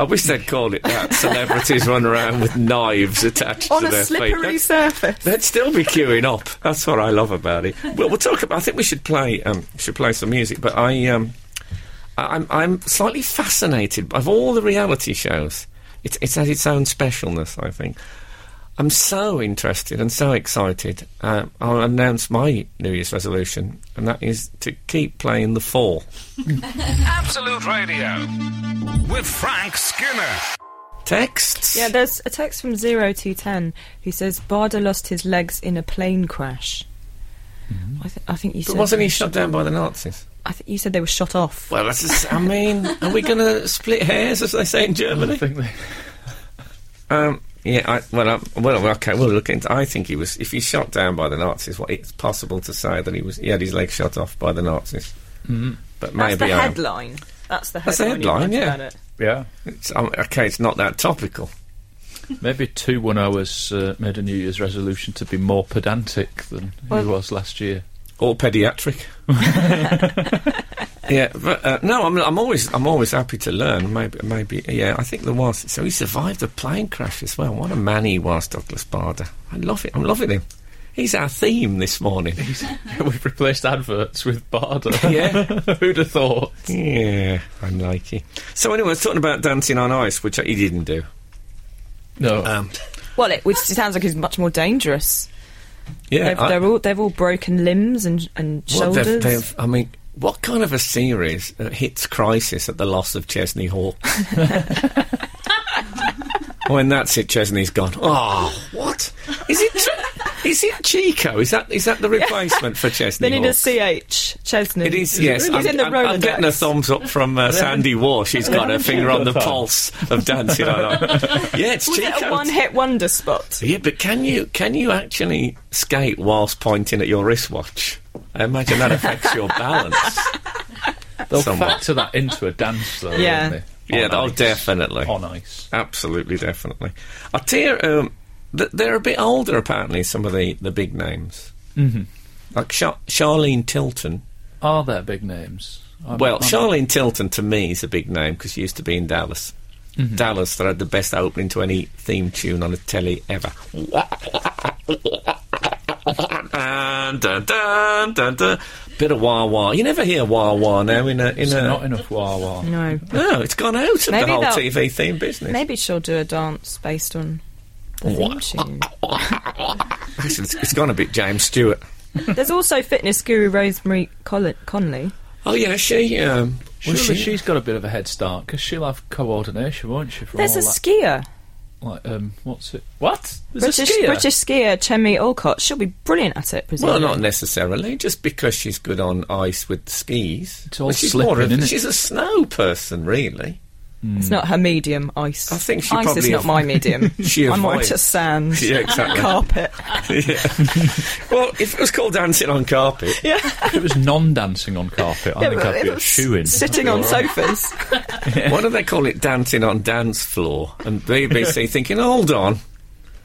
Speaker 3: I wish they'd called it that. Celebrities run around with knives attached
Speaker 5: on
Speaker 3: to
Speaker 5: a
Speaker 3: their feet.
Speaker 5: slippery
Speaker 3: That's-
Speaker 5: surface.
Speaker 3: They'd still be queuing up. That's what I love about it. Well, we'll talk about. I think we should play. Um, should play some music. But I, um, I- I'm, I'm slightly fascinated of all the reality shows. It's, it's had its own specialness. I think. I'm so interested and so excited. Uh, I'll announce my New Year's resolution, and that is to keep playing the four.
Speaker 2: Absolute Radio with Frank Skinner.
Speaker 3: Texts?
Speaker 5: Yeah, there's a text from zero to ten who says Barda lost his legs in a plane crash.
Speaker 3: Mm-hmm.
Speaker 5: I, th- I think you
Speaker 3: but
Speaker 5: said
Speaker 3: wasn't he shot down by the Nazis?
Speaker 5: I think you said they were shot off.
Speaker 3: Well, that's just, I mean, are we going to split hairs, as they say in
Speaker 4: I
Speaker 3: Germany?
Speaker 4: think they,
Speaker 3: Um, yeah, I, well, I, well, okay, we'll look into. I think he was. If he's shot down by the Nazis, what it's possible to say that he was. He had his leg shot off by the Nazis. But maybe
Speaker 5: That's the
Speaker 3: I am.
Speaker 5: headline. That's the headline.
Speaker 3: That's the headline,
Speaker 5: you write
Speaker 3: yeah.
Speaker 5: about it.
Speaker 4: yeah.
Speaker 3: It's, um, okay, it's not that topical.
Speaker 4: Maybe two one hours uh, made a New Year's resolution to be more pedantic than
Speaker 5: Well-
Speaker 4: he was last year.
Speaker 3: or pediatric. yeah, but uh, no, I'm, I'm always I'm always happy to learn. Maybe maybe yeah, I think there was. So he survived a plane crash as well. What a man he was, Douglas Bader. I love it. I'm loving him. He's our theme this morning.
Speaker 4: We've replaced adverts with Barda.
Speaker 3: Yeah.
Speaker 4: Who'd have thought?
Speaker 3: yeah, unlikely. So anyway, I was talking about dancing on ice, which he didn't do.
Speaker 4: No.
Speaker 3: Um,
Speaker 5: Well, it, which sounds like it's much more dangerous.
Speaker 3: yeah,
Speaker 5: they've,
Speaker 3: I-
Speaker 5: they're all they've all broken limbs and and
Speaker 3: Well,
Speaker 5: shoulders.
Speaker 3: They've, they've, I mean, what kind of a series uh, hits crisis at the loss of Chesney Hall? when that's it, Chesney's gone. Oh, what is it? Tr- is it Chico? Is that is that the replacement for Chesney?
Speaker 5: They need a
Speaker 3: Hall?
Speaker 5: CH Chesney.
Speaker 3: It is, yes.
Speaker 5: He's
Speaker 3: I'm,
Speaker 5: in the
Speaker 3: I'm- I'm getting a
Speaker 5: Rolodex.
Speaker 3: thumbs up from uh, Sandy War. She's got her finger on the
Speaker 4: Chico.
Speaker 3: pulse of dancing. I know. yeah, it's
Speaker 5: Was
Speaker 3: Chico.
Speaker 5: it a one-hit wonder spot?
Speaker 3: Yeah, but can you can you actually skate whilst pointing at your wristwatch? I imagine that affects your balance.
Speaker 4: They'll
Speaker 3: somewhat.
Speaker 4: factor that into a dance, though,
Speaker 5: Yeah.
Speaker 4: won't they?
Speaker 3: Yeah,
Speaker 4: On
Speaker 3: oh,
Speaker 4: ice.
Speaker 3: definitely.
Speaker 4: On ice.
Speaker 3: Absolutely, definitely. I tell you, um, th- they're a bit older, apparently, some of the, the big names. Mm-hmm. Like Char- Charlene Tilton.
Speaker 4: Are there big names? I'm-
Speaker 3: Well,
Speaker 4: I'm-
Speaker 3: Charlene Tilton to me is a big name because she used to be in Dallas.
Speaker 4: Mm-hmm.
Speaker 3: Dallas that had the best opening to any theme tune on a telly ever. dun, dun, dun, dun, dun. Bit of wah wah. You never hear wah wah now in a. In
Speaker 4: It's
Speaker 3: a
Speaker 4: not enough wah wah.
Speaker 5: No.
Speaker 3: no, it's gone out of the
Speaker 5: Maybe
Speaker 3: whole
Speaker 5: they'll-
Speaker 3: TV theme business.
Speaker 5: Maybe she'll do a dance based on the theme
Speaker 3: What?
Speaker 5: tune.
Speaker 3: Actually, it's, it's gone a bit James Stewart.
Speaker 5: There's also fitness guru Rosemary Colli- Conley.
Speaker 3: Oh yeah, she. Um, was
Speaker 4: Surely
Speaker 3: she-
Speaker 4: she? has got a bit of a head start because she'll have coordination, won't she? From
Speaker 5: There's
Speaker 3: Oh,
Speaker 4: all
Speaker 5: a
Speaker 4: that,
Speaker 5: skier,
Speaker 4: like, um, what's it? What? There's
Speaker 5: British
Speaker 4: a skier.
Speaker 5: British skier Chemi Olcott. She'll be brilliant at it,
Speaker 3: Well,
Speaker 5: presumably.
Speaker 3: not necessarily. Just because she's good on ice with skis.
Speaker 4: It's all
Speaker 3: But she's
Speaker 4: slipping,
Speaker 3: more of,
Speaker 4: isn't it?
Speaker 3: She's a snow person, really.
Speaker 5: It's not her medium. Ice.
Speaker 3: I think she
Speaker 5: ice is
Speaker 3: probably
Speaker 5: not
Speaker 3: av-
Speaker 5: my medium.
Speaker 3: She
Speaker 5: I'm more
Speaker 3: avoids-
Speaker 5: to sand,
Speaker 3: Yeah, exactly.
Speaker 5: carpet.
Speaker 3: Yeah. well, if it was called dancing on carpet,
Speaker 4: If it was non-dancing on carpet, I think
Speaker 5: but
Speaker 4: I'd be
Speaker 5: it
Speaker 4: a
Speaker 5: was
Speaker 4: shoe in.
Speaker 5: Sitting on sofas.
Speaker 3: why do they call it dancing on dance floor? And BBC thinking, hold on,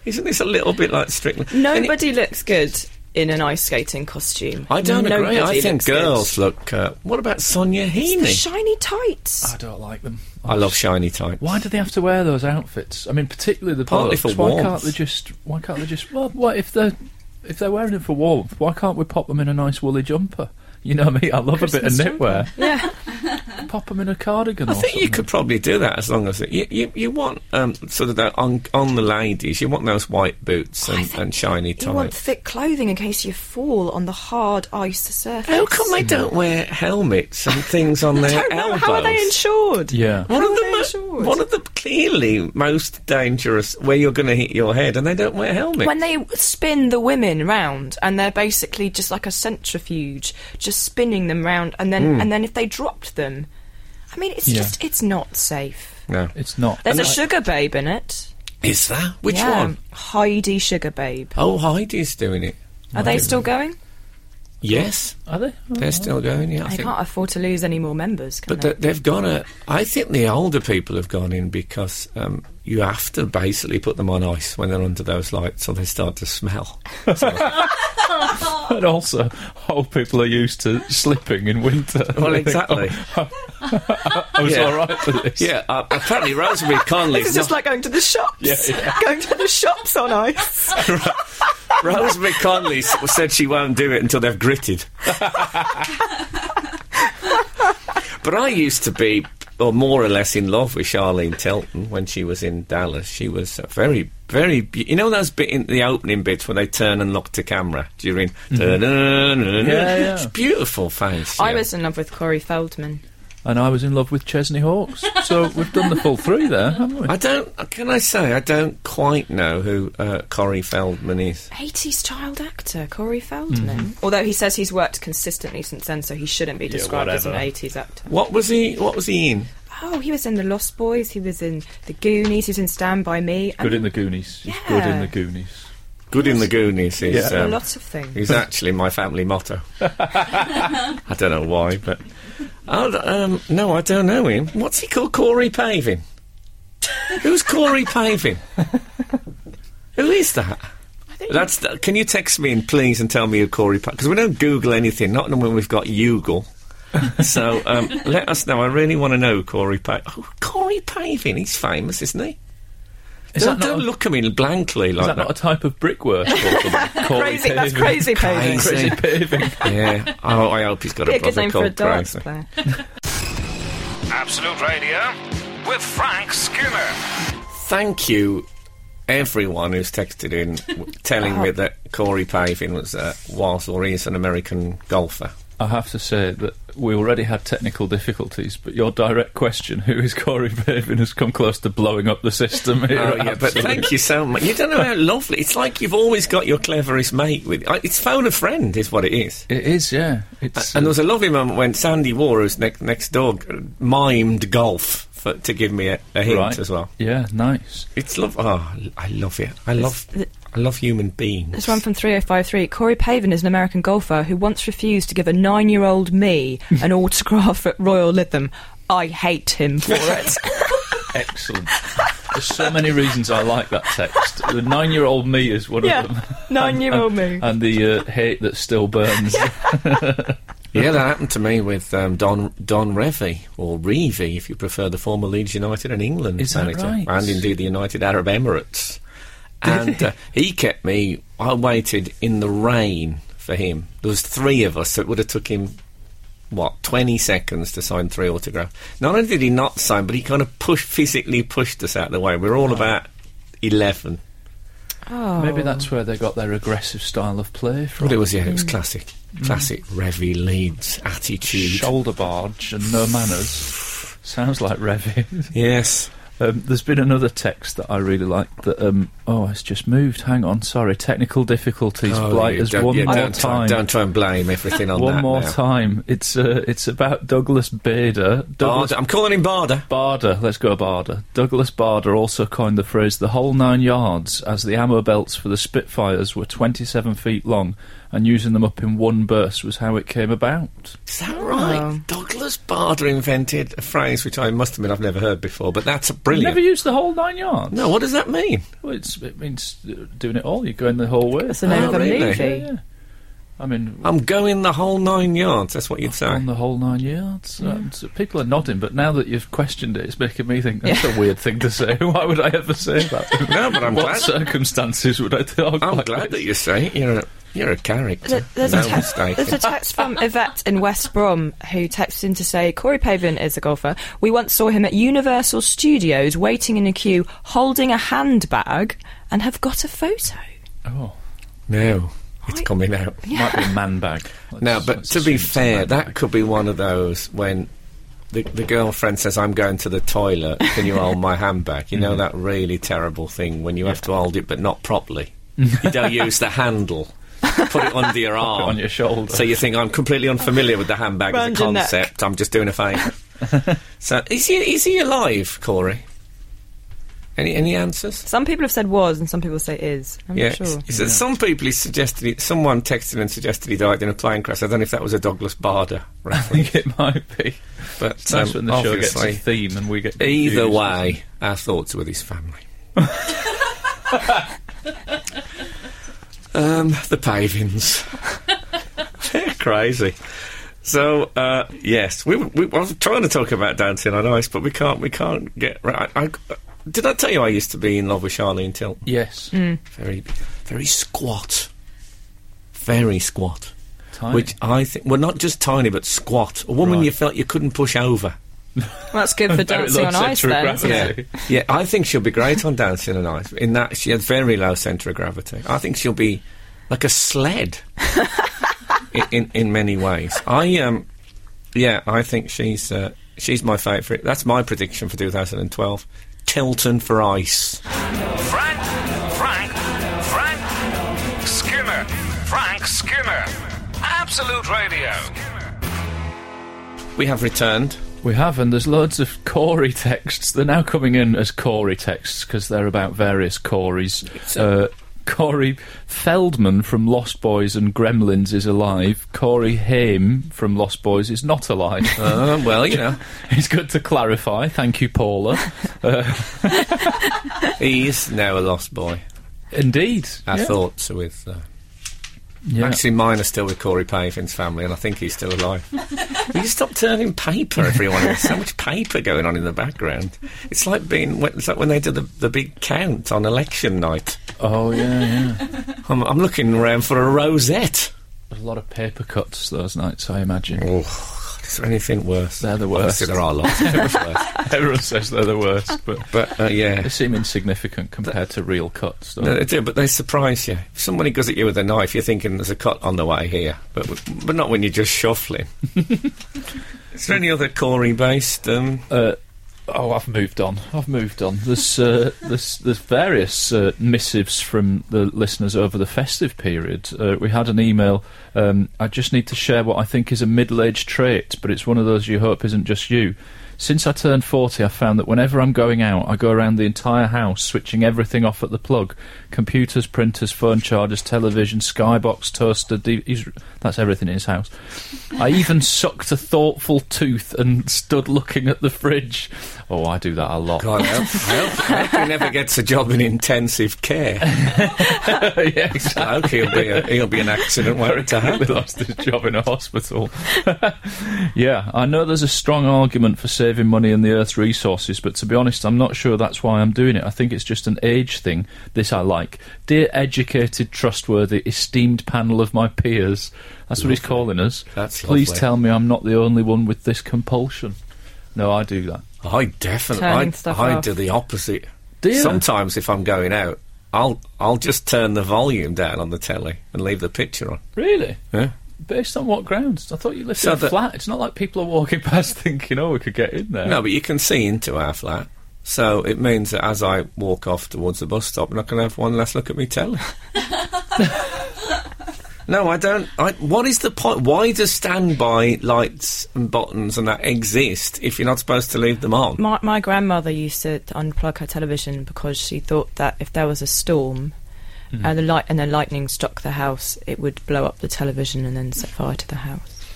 Speaker 3: isn't this a little bit like Strickland? And it-
Speaker 5: Nobody looks good in an ice skating costume.
Speaker 3: I don't agree.
Speaker 5: Nobody
Speaker 3: I think
Speaker 5: looks good.
Speaker 3: girls look. Uh, what about Sonia
Speaker 5: The
Speaker 3: Heaney?
Speaker 5: shiny tights.
Speaker 4: I don't like them.
Speaker 3: I love shiny tights.
Speaker 4: Why do they have to wear those outfits? I mean, particularly the
Speaker 3: Partly
Speaker 4: blokes.
Speaker 3: for
Speaker 4: why
Speaker 3: warmth.
Speaker 4: can't they just? Why can't they just? Well, what if they're if they're wearing it for warmth? Why can't we pop them in a nice woolly jumper? You know what I mean? I love
Speaker 5: Christmas
Speaker 4: a bit of knitwear.
Speaker 5: Yeah.
Speaker 4: Pop them in a cardigan.
Speaker 3: I
Speaker 4: or
Speaker 3: think you
Speaker 4: something.
Speaker 3: could probably do that as long as it, you, you you want um, sort of that on on the ladies. You want those white boots
Speaker 5: I
Speaker 3: and,
Speaker 5: think
Speaker 3: and shiny
Speaker 5: You want
Speaker 3: tights.
Speaker 5: thick clothing in case you fall on the hard ice surface.
Speaker 3: How come they don't wear helmets and things on
Speaker 5: I
Speaker 3: their
Speaker 5: don't know.
Speaker 3: elbows?
Speaker 5: How are they insured?
Speaker 4: Yeah.
Speaker 3: One
Speaker 5: How
Speaker 3: of
Speaker 5: are
Speaker 3: the
Speaker 5: they
Speaker 3: mo-
Speaker 5: insured?
Speaker 3: one of the clearly most dangerous where you're going to hit your head, and they don't wear helmets.
Speaker 5: When they spin the women round, and they're basically just like a centrifuge, just spinning them round, and
Speaker 3: Hmm.
Speaker 5: then and then if they dropped them, I mean, it's
Speaker 4: Yeah.
Speaker 5: just it's not safe.
Speaker 3: no,
Speaker 4: It's not.
Speaker 5: There's
Speaker 3: And
Speaker 5: a
Speaker 3: I-
Speaker 5: sugar babe in it.
Speaker 3: is that which
Speaker 5: Yeah.
Speaker 3: one?
Speaker 5: Heidi Sugar Babe.
Speaker 3: Oh, Heidi's doing it.
Speaker 5: Are they still going?
Speaker 3: Yes,
Speaker 4: Are they?
Speaker 5: Oh.
Speaker 3: they're still going. Yeah, I
Speaker 5: They
Speaker 3: think.
Speaker 5: can't afford to lose any more members, can
Speaker 3: But
Speaker 5: they?
Speaker 3: they- they've gone. A, I think the older people have gone in because um, you have to basically put them on ice when they're under those lights, or they start to smell.
Speaker 4: And also, old people are used to slipping in winter.
Speaker 3: Well,
Speaker 4: They think,
Speaker 3: exactly.
Speaker 4: "Oh, I was
Speaker 3: Yeah.
Speaker 4: all right for this.
Speaker 3: yeah, uh, apparently Rosemary Conley's
Speaker 5: It's just
Speaker 3: not-
Speaker 5: like going to the shops.
Speaker 4: Yeah, yeah.
Speaker 5: Going to the shops on ice.
Speaker 3: Rosemary Conley s- said she won't do it until they've gritted. but I used to be, or more or less, in love with Charlene Tilton when she was in Dallas. She was uh, very, very. Be- you know those bit in the opening bits when they turn and look to camera during.
Speaker 4: Mm-hmm. Yeah, yeah.
Speaker 3: It's beautiful face.
Speaker 5: I
Speaker 3: yeah.
Speaker 5: was in love with Corey Feldman.
Speaker 4: and I was in love with Chesney Hawks. so we've done the full three there, haven't we?
Speaker 3: I don't. Can I say I don't quite know who uh, Corey Feldman is?
Speaker 5: 80s child actor Corey Feldman.
Speaker 3: Mm-hmm.
Speaker 5: Although he says he's worked consistently since then, so he shouldn't be described as an
Speaker 6: whatever.
Speaker 5: 80s actor.
Speaker 3: What was he? What was he in?
Speaker 5: Oh, he was in The Lost Boys, he was in The Goonies, he was in Stand By Me.
Speaker 4: Good
Speaker 5: and
Speaker 4: in the Goonies. He's Good in
Speaker 5: Yeah.
Speaker 4: the Goonies.
Speaker 3: Good in the Goonies is
Speaker 5: a
Speaker 3: um,
Speaker 5: lot of things.
Speaker 3: is actually my family motto. I don't know why, but I d- um, no, I don't know him. What's he called? Corey Pavin. Who's Corey Pavin? Who is that? That's. The, can you text me in, please, and tell me who Corey? Because we don't Google anything. Not when we've got Google. so um, let us know. I really want to know who Corey Pavin. Oh, Corey Pavin. He's famous, isn't he?
Speaker 4: Is
Speaker 3: don't
Speaker 4: that not
Speaker 3: don't
Speaker 4: a-
Speaker 3: look at me blankly like
Speaker 4: Is that not a type of brickwork? or something? Corey
Speaker 5: Crazy, that's
Speaker 4: Paving.
Speaker 5: crazy, Paving.
Speaker 3: Crazy.
Speaker 4: Crazy paving.
Speaker 3: yeah. Oh, I hope he's got
Speaker 5: Be
Speaker 3: a
Speaker 5: a good
Speaker 3: brother
Speaker 5: name for a
Speaker 3: called
Speaker 5: darts
Speaker 3: Crazy.
Speaker 5: player.
Speaker 2: Absolute Radio with Frank Skinner.
Speaker 3: Thank you, everyone who's texted in w- telling me that Corey Pavin was uh, was or is an American golfer.
Speaker 4: I have to say that we already had technical difficulties, but your direct question, who is Corey Pavin, has come close to blowing up the system here.
Speaker 3: Oh, yeah, but thank you so much. You don't know how lovely. It's like you've always got your cleverest mate with. I- It's phone a friend, is what it is.
Speaker 4: It is, yeah. It's,
Speaker 3: And there
Speaker 4: uh,
Speaker 3: was a lovely moment when Sandy War, who's ne- next door, g- mimed golf for, to give me a, a hint
Speaker 4: right.
Speaker 3: as well.
Speaker 4: Yeah, nice.
Speaker 3: It's love. Oh, I love it. I love.
Speaker 5: th-
Speaker 3: I love human beings.
Speaker 5: This one from 3053. Corey Pavin is an American golfer who once refused to give a nine year old me an autograph at Royal Lytham. I hate him for it.
Speaker 4: Excellent. There's so many reasons I like that text. The nine-year-old me is one
Speaker 5: Yeah,
Speaker 4: of them.
Speaker 5: nine-year-old
Speaker 4: And-
Speaker 5: me.
Speaker 4: And the uh, hate that still burns.
Speaker 3: Yeah, that happened to me with um, Don Don Revy, or Reevy, if you prefer, the former Leeds United and England
Speaker 4: Is that
Speaker 3: manager,
Speaker 4: right?
Speaker 3: and indeed the United Arab Emirates. And uh, he kept me. I waited in the rain for him. There was three of us, so it would have took him what twenty seconds to sign three autographs. Not only did he not sign, but he kind of pushed physically pushed us out of the way. We were all about eleven.
Speaker 4: Maybe that's where they got their aggressive style of play from.
Speaker 3: But it was yeah, it
Speaker 4: Mm.
Speaker 3: was classic, classic Revy Leeds attitude.
Speaker 4: Shoulder barge and no manners. Sounds like Revy.
Speaker 3: Yes.
Speaker 4: Um, there's been another text that I really like that, um, oh, it's just moved. Hang on, sorry. Technical difficulties.
Speaker 3: Oh,
Speaker 4: Blight
Speaker 3: you
Speaker 4: us
Speaker 3: don't-
Speaker 4: one
Speaker 3: you
Speaker 4: more
Speaker 3: don't try-
Speaker 4: time.
Speaker 3: don't try and blame everything on
Speaker 4: one
Speaker 3: that
Speaker 4: more
Speaker 3: now.
Speaker 4: time. It's uh, it's about Douglas Bader. Douglas
Speaker 3: Barda- I'm calling him Barda.
Speaker 4: Barder, let's go Barder. Douglas Barder also coined the phrase the whole nine yards as the ammo belts for the Spitfires were 27 feet long and using them up in one burst was how it came about.
Speaker 3: Is that right?
Speaker 4: Oh.
Speaker 3: Douglas Barda invented a phrase which I must admit I've never heard before, but that's brilliant.
Speaker 4: Never used the whole nine yards.
Speaker 3: no, what does that mean?
Speaker 4: Well, it's, it means uh, doing it all. You're going the whole way.
Speaker 5: That's the name
Speaker 3: Oh,
Speaker 5: of a
Speaker 3: really?
Speaker 5: movie.
Speaker 4: Yeah, yeah. I mean,
Speaker 3: I'm going the whole nine yards. That's what you'd say.
Speaker 4: on the whole nine yards. Um, so people are nodding, but now that you've questioned it, it's making me think that's a weird thing to say. Why would I ever say that?
Speaker 3: no, but I'm
Speaker 4: what
Speaker 3: glad.
Speaker 4: circumstances would I talk
Speaker 3: I'm
Speaker 4: like
Speaker 3: glad
Speaker 4: this?
Speaker 3: that you say it. You're a, you're a character.
Speaker 5: Th- There's,
Speaker 3: no
Speaker 5: a text,
Speaker 3: mistake.
Speaker 5: there's a text from Yvette in West Brom who texted in to say Corey Pavin is a golfer. We once saw him at Universal Studios waiting in a queue holding a handbag and have got a photo.
Speaker 4: Oh.
Speaker 3: no, it's coming out.
Speaker 4: Might be a man bag. Let's-
Speaker 3: Now, but
Speaker 4: let's
Speaker 3: to be
Speaker 4: assume it's a
Speaker 3: fair,
Speaker 4: man
Speaker 3: that
Speaker 4: bag.
Speaker 3: could be one of those when the, the girlfriend says, I'm going to the toilet, can you hold my handbag? You
Speaker 4: Mm-hmm.
Speaker 3: know that really terrible thing when you have to hold it but not properly. you don't use the handle. Put it under your arm.
Speaker 4: on your shoulder.
Speaker 3: So you think, I'm completely unfamiliar with the handbag
Speaker 5: Round
Speaker 3: as a
Speaker 5: your neck.
Speaker 3: concept. I'm just doing a favour. so is he, is he alive, Corey? Any, any answers?
Speaker 5: Some people have said was and some people say is. I'm
Speaker 3: Yeah,
Speaker 5: not sure.
Speaker 3: s- s- some people he suggested he, someone texted and suggested he died in a plane crash. I don't know if that was a Douglas Bader
Speaker 4: I
Speaker 3: reference.
Speaker 4: think it might be.
Speaker 3: But
Speaker 4: It's nice when the show gets a
Speaker 3: Um, obviously,
Speaker 4: theme and we get.
Speaker 3: either
Speaker 4: confused.
Speaker 3: way, our thoughts are with his family. um, the pavings. They're crazy. So uh, yes, we, we I was trying to talk about dancing on ice, but we can't. We can't get. Right. I, did I tell you I used to be in love with Charlene Tilton?
Speaker 4: Yes.
Speaker 3: Very, very squat. Very squat.
Speaker 4: Tiny.
Speaker 3: Which I think, well, not just tiny, but squat. A woman
Speaker 4: Right.
Speaker 3: you felt you couldn't push over.
Speaker 5: Well, that's good for
Speaker 4: Very
Speaker 5: dancing
Speaker 4: low
Speaker 5: on ice
Speaker 4: centre of
Speaker 5: then.
Speaker 4: gravity.
Speaker 5: isn't it?
Speaker 3: Yeah.
Speaker 4: Okay.
Speaker 3: yeah, I think she'll be great on Dancing on Ice. In that, she has very low centre of gravity. I think she'll be like a sled in, in, in many ways. I um, yeah, I think she's uh, She's my favourite. That's my prediction for 2012. Tilton for ice.
Speaker 2: Frank, Frank, Frank Skinner. Frank Skinner. Absolute Radio.
Speaker 3: We have returned.
Speaker 4: We have, and there's loads of Corey texts. They're now coming in as Corey texts because they're about various Coreys. Uh, Corey Feldman from Lost Boys and Gremlins is alive. Corey Haim from Lost Boys is not alive.
Speaker 3: Uh, well, you know,
Speaker 4: it's good to clarify. Thank you, Paula.
Speaker 3: he is now a lost boy.
Speaker 4: Indeed.
Speaker 3: Our
Speaker 4: yeah.
Speaker 3: thoughts are with. Uh,
Speaker 4: Yeah.
Speaker 3: Actually, mine are still with Corey Pavin's family, and I think he's still alive. Will you stop turning paper, everyone? There's so much paper going on in the background. It's like being when- it's like when they did the, the big count on election night.
Speaker 4: Oh, yeah, yeah.
Speaker 3: I'm, I'm looking around for a rosette.
Speaker 4: A lot of paper cuts those nights, I imagine.
Speaker 3: Oh, God, is there anything worse?
Speaker 4: They're the worst.
Speaker 3: Obviously, there are lots. of things worse.
Speaker 4: Everyone says they're the worst, but
Speaker 3: But uh, yeah,
Speaker 4: they seem insignificant compared to real cuts.
Speaker 3: No,
Speaker 4: Though.
Speaker 3: they do, but they surprise you. If somebody goes at you with a knife, you're thinking there's a cut on the way here, but but not when you're just shuffling. Is there any other Corey-based? Um,
Speaker 4: Uh, oh, I've moved on. I've moved on. There's uh, there's, there's various uh, missives from the listeners over the festive period. Uh, we had an email. Um, I just need to share what I think is a middle-aged trait, but it's one of those you hope isn't just you. Since I turned 40, I found that whenever I'm going out, I go around the entire house switching everything off at the plug computers, printers, phone chargers, television, skybox, toaster. D- he's, that's everything in his house. I even sucked a thoughtful tooth and stood looking at the fridge. Oh, I do that a lot.
Speaker 3: God help, help, help. He never gets a job in intensive care.
Speaker 4: yeah, exactly.
Speaker 3: I hope he'll be, a, he'll be an accident where it to
Speaker 4: He
Speaker 3: happen.
Speaker 4: lost his job in a hospital. yeah, I know there's a strong argument for saving money and the Earth's resources, but to be honest, I'm not sure that's why I'm doing it. I think it's just an age thing. This I like. Dear educated, trustworthy, esteemed panel of my peers. That's what he's calling us.
Speaker 3: That's
Speaker 4: Please
Speaker 3: lovely.
Speaker 4: tell me I'm not the only one with this compulsion. No, I do that.
Speaker 3: I definitely,
Speaker 5: Turning
Speaker 3: I,
Speaker 5: stuff
Speaker 3: I
Speaker 5: off.
Speaker 3: do the opposite.
Speaker 4: Do you?
Speaker 3: Sometimes if I'm going out, I'll I'll just turn the volume down on the telly and leave the picture on.
Speaker 4: Really?
Speaker 3: Yeah.
Speaker 4: Based on what grounds? I thought you lived
Speaker 3: So
Speaker 4: in a
Speaker 3: the-
Speaker 4: flat. It's not like people are walking past thinking, "Oh, we could get in there."
Speaker 3: No, but you can see into our flat. So it means that as I walk off towards the bus stop, I'm not going to have one less look at me telly. no, I don't. I, what is the point? Why does standby lights and buttons and that exist if you're not supposed to leave them on?
Speaker 5: My, my grandmother used to unplug her television because she thought that if there was a storm
Speaker 3: Mm.
Speaker 5: and the light and the lightning struck the house, it would blow up the television and then set fire to the house.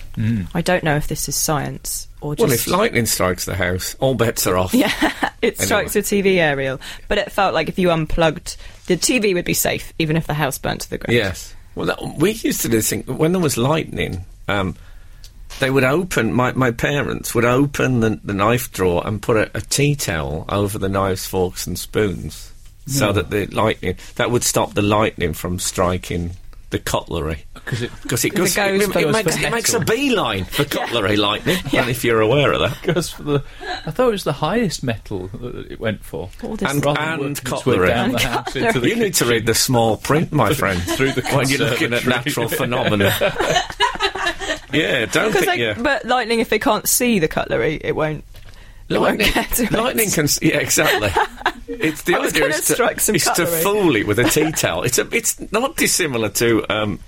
Speaker 5: I don't know if this is science or just
Speaker 3: Mm. Well, if lightning strikes the house, all bets are off.
Speaker 5: yeah, it strikes the TV aerial. But it felt like if you unplugged, the TV would be safe even if the house burnt to the ground.
Speaker 3: Yes. Well, that, we used to do this thing when there was lightning. Um, they would open my, my parents would open the, the knife drawer and put a, a tea towel over the knives, forks, and spoons, so that the lightning that would stop the lightning from striking the cutlery
Speaker 4: because it
Speaker 3: because it,
Speaker 5: 'Cause
Speaker 3: goes- it,
Speaker 5: it goes
Speaker 3: it
Speaker 5: for- goes
Speaker 3: makes,
Speaker 4: for
Speaker 3: it makes a
Speaker 4: metal.
Speaker 3: beeline for cutlery lightning. And if you're aware of that,
Speaker 4: goes for the. I thought it was the highest metal that it went for.
Speaker 5: All this
Speaker 3: And-
Speaker 4: Rather than
Speaker 3: and
Speaker 4: working its way
Speaker 3: cutlery.
Speaker 4: down the
Speaker 5: And
Speaker 4: house
Speaker 5: cutlery.
Speaker 4: into the
Speaker 3: you need to read the small print, my friend.
Speaker 4: through the
Speaker 3: when you're looking at
Speaker 4: conservatory.
Speaker 3: natural phenomena. yeah, don't
Speaker 5: Because
Speaker 3: think
Speaker 5: like,
Speaker 3: yeah.
Speaker 5: but lightning, if they can't see the cutlery, it won't. It won't
Speaker 3: Lightning,
Speaker 5: get to it.
Speaker 3: lightning can. s- Yeah, exactly. It's the
Speaker 5: I was
Speaker 3: idea
Speaker 5: gonna
Speaker 3: is to,
Speaker 5: strike some
Speaker 3: is to
Speaker 5: cutlery.
Speaker 3: fool it with a tea towel. It's a, It's not dissimilar to um,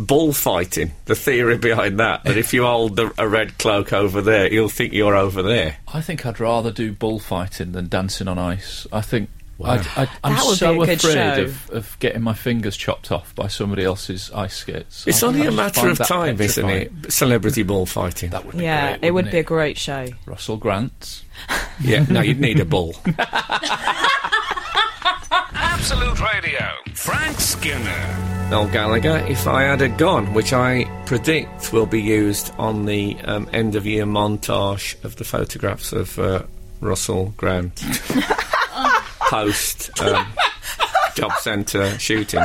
Speaker 3: bullfighting. The theory behind that that if you hold the, a red cloak over there, you'll think you're over there.
Speaker 4: I think I'd rather do bullfighting than dancing on ice. I think. I, I, I'm
Speaker 5: That would
Speaker 4: so
Speaker 5: be a good
Speaker 4: afraid
Speaker 5: show.
Speaker 4: of, of getting my fingers chopped off by somebody else's ice skates.
Speaker 3: It's
Speaker 4: I- I
Speaker 3: only a
Speaker 4: just
Speaker 3: matter
Speaker 4: find
Speaker 3: of
Speaker 4: that
Speaker 3: time, isn't
Speaker 4: petrifying.
Speaker 3: it? Celebrity bullfighting.
Speaker 4: That would be
Speaker 5: Yeah,
Speaker 4: great,
Speaker 5: it would
Speaker 4: wouldn't
Speaker 5: be a great show.
Speaker 4: Russell Grant.
Speaker 3: yeah, no, you'd need a bull.
Speaker 2: Absolute Radio. Frank Skinner.
Speaker 3: Noel Gallagher, if I had a gun, which I predict will be used on the um, end of year montage of the photographs of uh, Russell Grant post um, job centre shooting.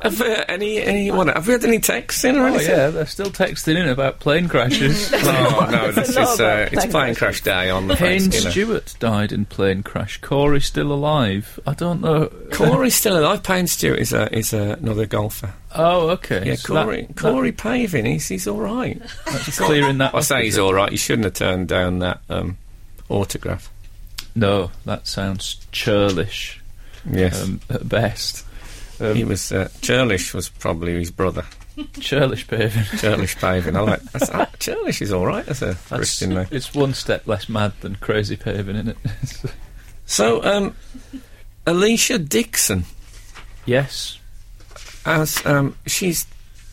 Speaker 3: Have uh, any anyone? Have we had any texts in or
Speaker 4: Oh
Speaker 3: anything?
Speaker 4: yeah, they're still texting in about plane crashes.
Speaker 3: Oh no, this is
Speaker 5: It's a lot
Speaker 3: uh,
Speaker 5: about
Speaker 3: it's
Speaker 5: plane
Speaker 3: plane crash day on the
Speaker 4: Payne
Speaker 3: plane skinner.
Speaker 4: Stewart died in plane crash. Corey's still alive. I don't know.
Speaker 3: Corey's still alive. Payne Stewart is a, is a, another golfer.
Speaker 4: Oh, okay.
Speaker 3: Yeah,
Speaker 4: So that-
Speaker 3: Corey
Speaker 4: that-
Speaker 3: Corey Pavin. He's he's all right.
Speaker 4: that's clearing that.
Speaker 3: I
Speaker 4: up,
Speaker 3: say
Speaker 4: is
Speaker 3: he's
Speaker 4: it?
Speaker 3: all right. You shouldn't have turned down that um, autograph.
Speaker 4: No, that sounds churlish
Speaker 3: Yes,
Speaker 4: um, at best. Um,
Speaker 3: he was. Uh, Churlish was probably his brother.
Speaker 4: Churlish paving.
Speaker 3: Churlish Pavin. I like that's, uh, Churlish is all right. That's a
Speaker 4: That's,
Speaker 3: Christian name.
Speaker 4: it's one step less mad than crazy paving, isn't it?
Speaker 3: So, um, Alicia Dixon
Speaker 4: yes.
Speaker 3: as um, she's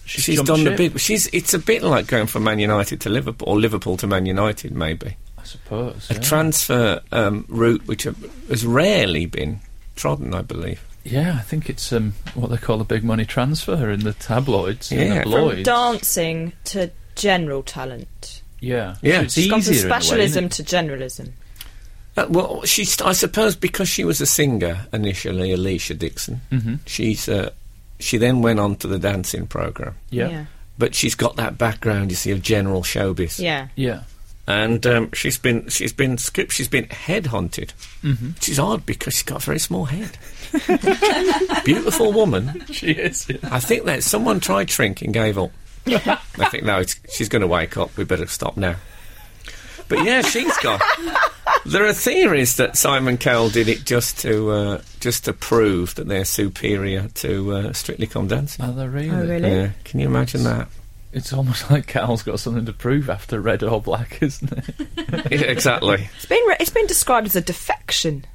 Speaker 4: She's,
Speaker 3: she's
Speaker 4: jumped
Speaker 3: done the
Speaker 4: ship,
Speaker 3: big. She's it's a bit like going from Man United to Liverpool or Liverpool to Man United, maybe
Speaker 4: I suppose.
Speaker 3: a
Speaker 4: yeah.
Speaker 3: transfer um, route which have- has rarely been trodden, I believe.
Speaker 4: Yeah, I think it's um, what they call a big money transfer in the tabloids. in
Speaker 3: Yeah,
Speaker 4: the
Speaker 3: from
Speaker 4: Bloids.
Speaker 5: Dancing to general talent.
Speaker 4: Yeah,
Speaker 3: Yeah.
Speaker 4: So it's
Speaker 3: She's
Speaker 4: easier.
Speaker 5: It's gone
Speaker 4: in a
Speaker 5: from
Speaker 4: way, isn't
Speaker 5: specialism
Speaker 4: it?
Speaker 5: to generalism.
Speaker 3: Uh, well, she st- I suppose because she was a singer initially, Alicia Dixon. mm She's uh, she then went on to the dancing program,
Speaker 4: yeah,
Speaker 5: Yeah.
Speaker 3: but she's got that background you see of general showbiz.
Speaker 5: Yeah.
Speaker 4: yeah.
Speaker 3: and um, she's been she's been scoop- she's been headhunted, mm-hmm. which is odd because she's got a very small head. Beautiful woman.
Speaker 4: She is. yeah.
Speaker 3: I think that someone tried shrinking, gave up. I think no, it's, she's going to wake up. We better stop now. But yeah, she's got. There are theories that Simon Cowell did it just to uh, just to prove that they're superior to uh, Strictly Come Dancing.
Speaker 4: Are they really?
Speaker 5: Oh, really?
Speaker 3: Yeah, can you imagine that?
Speaker 4: It's almost like Cal's got something to prove after red or black, isn't it?
Speaker 3: Yeah, exactly.
Speaker 5: It's been re- it's been described as a defection.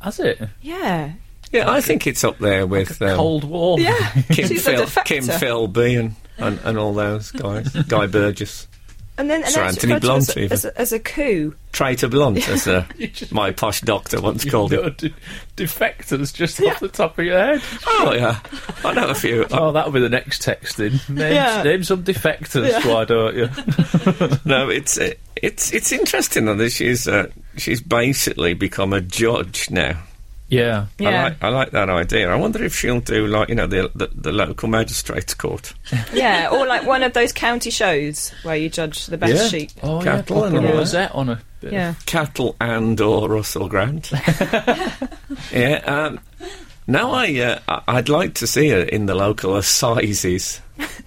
Speaker 4: Has it?
Speaker 5: Yeah.
Speaker 3: Yeah, I think it's up there with um,
Speaker 4: Cold War.
Speaker 5: Yeah.
Speaker 3: Kim,
Speaker 5: She's
Speaker 3: Phil,
Speaker 5: a defector.
Speaker 3: Kim Philby and, and, and all those guys. Guy Burgess.
Speaker 5: And then and
Speaker 3: Sir
Speaker 5: then it's
Speaker 3: Anthony
Speaker 5: referred to as
Speaker 3: Blunt
Speaker 5: a-
Speaker 3: even.
Speaker 5: as, a, as a coup.
Speaker 3: Traitor Blunt, as uh,
Speaker 4: just-
Speaker 3: my posh doctor once
Speaker 4: You
Speaker 3: called
Speaker 4: know,
Speaker 3: it.
Speaker 4: de- defectors just off the top of your head.
Speaker 3: Oh, yeah. I know a few. I
Speaker 4: Oh, that'll be the next texting. Name,
Speaker 5: Yeah.
Speaker 4: name some defectors,
Speaker 5: Yeah.
Speaker 4: why don't you?
Speaker 3: know. It's, uh, it's, it's interesting, though, that she's, uh, she's basically become a judge now.
Speaker 4: Yeah.
Speaker 3: I,
Speaker 5: Yeah.
Speaker 3: like, I like that idea. I wonder if she'll do, like, you know, the, the, the local magistrates' court.
Speaker 5: Yeah, or like one of those county shows where you judge the best
Speaker 3: Yeah.
Speaker 5: sheep.
Speaker 3: Cattle
Speaker 4: Oh, yeah.
Speaker 3: and
Speaker 4: pop a
Speaker 3: all that.
Speaker 4: rosette on a bit of-
Speaker 5: Yeah.
Speaker 3: Cattle and or Russell Grant. yeah. Um, now I, uh, I- I'd like to see her in the local assizes,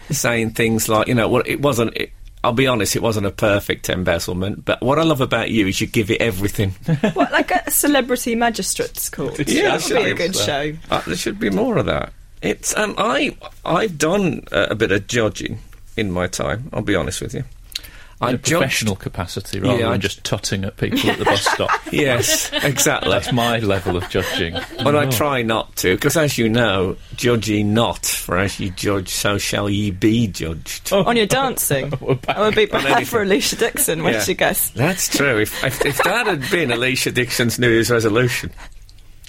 Speaker 3: saying things like, you know, well, it wasn't. It, I'll be honest, it wasn't a perfect embezzlement, but what I love about you is you give it everything.
Speaker 5: What, like a celebrity magistrate's court?
Speaker 3: Yeah,
Speaker 5: that would be a
Speaker 3: should be
Speaker 5: good show.
Speaker 3: Uh, there should be more of that. It's um, I I've done uh, a bit of judging in my time. I'll be honest with you. I
Speaker 4: in a
Speaker 3: judged-
Speaker 4: professional capacity rather
Speaker 3: Yeah,
Speaker 4: than
Speaker 3: I-
Speaker 4: just tutting at people at the bus stop.
Speaker 3: Yes, exactly.
Speaker 4: That's my level of judging.
Speaker 3: But I
Speaker 4: No.
Speaker 3: try not to, because as you know, judge ye not, for as ye judge, so shall ye be judged.
Speaker 5: On your dancing.
Speaker 4: We're back.
Speaker 5: I would be
Speaker 3: anything.
Speaker 5: bad for Alicia Dixon when
Speaker 3: Yeah.
Speaker 5: she gets.
Speaker 3: That's true. If, if, if that had been Alicia Dixon's New Year's resolution,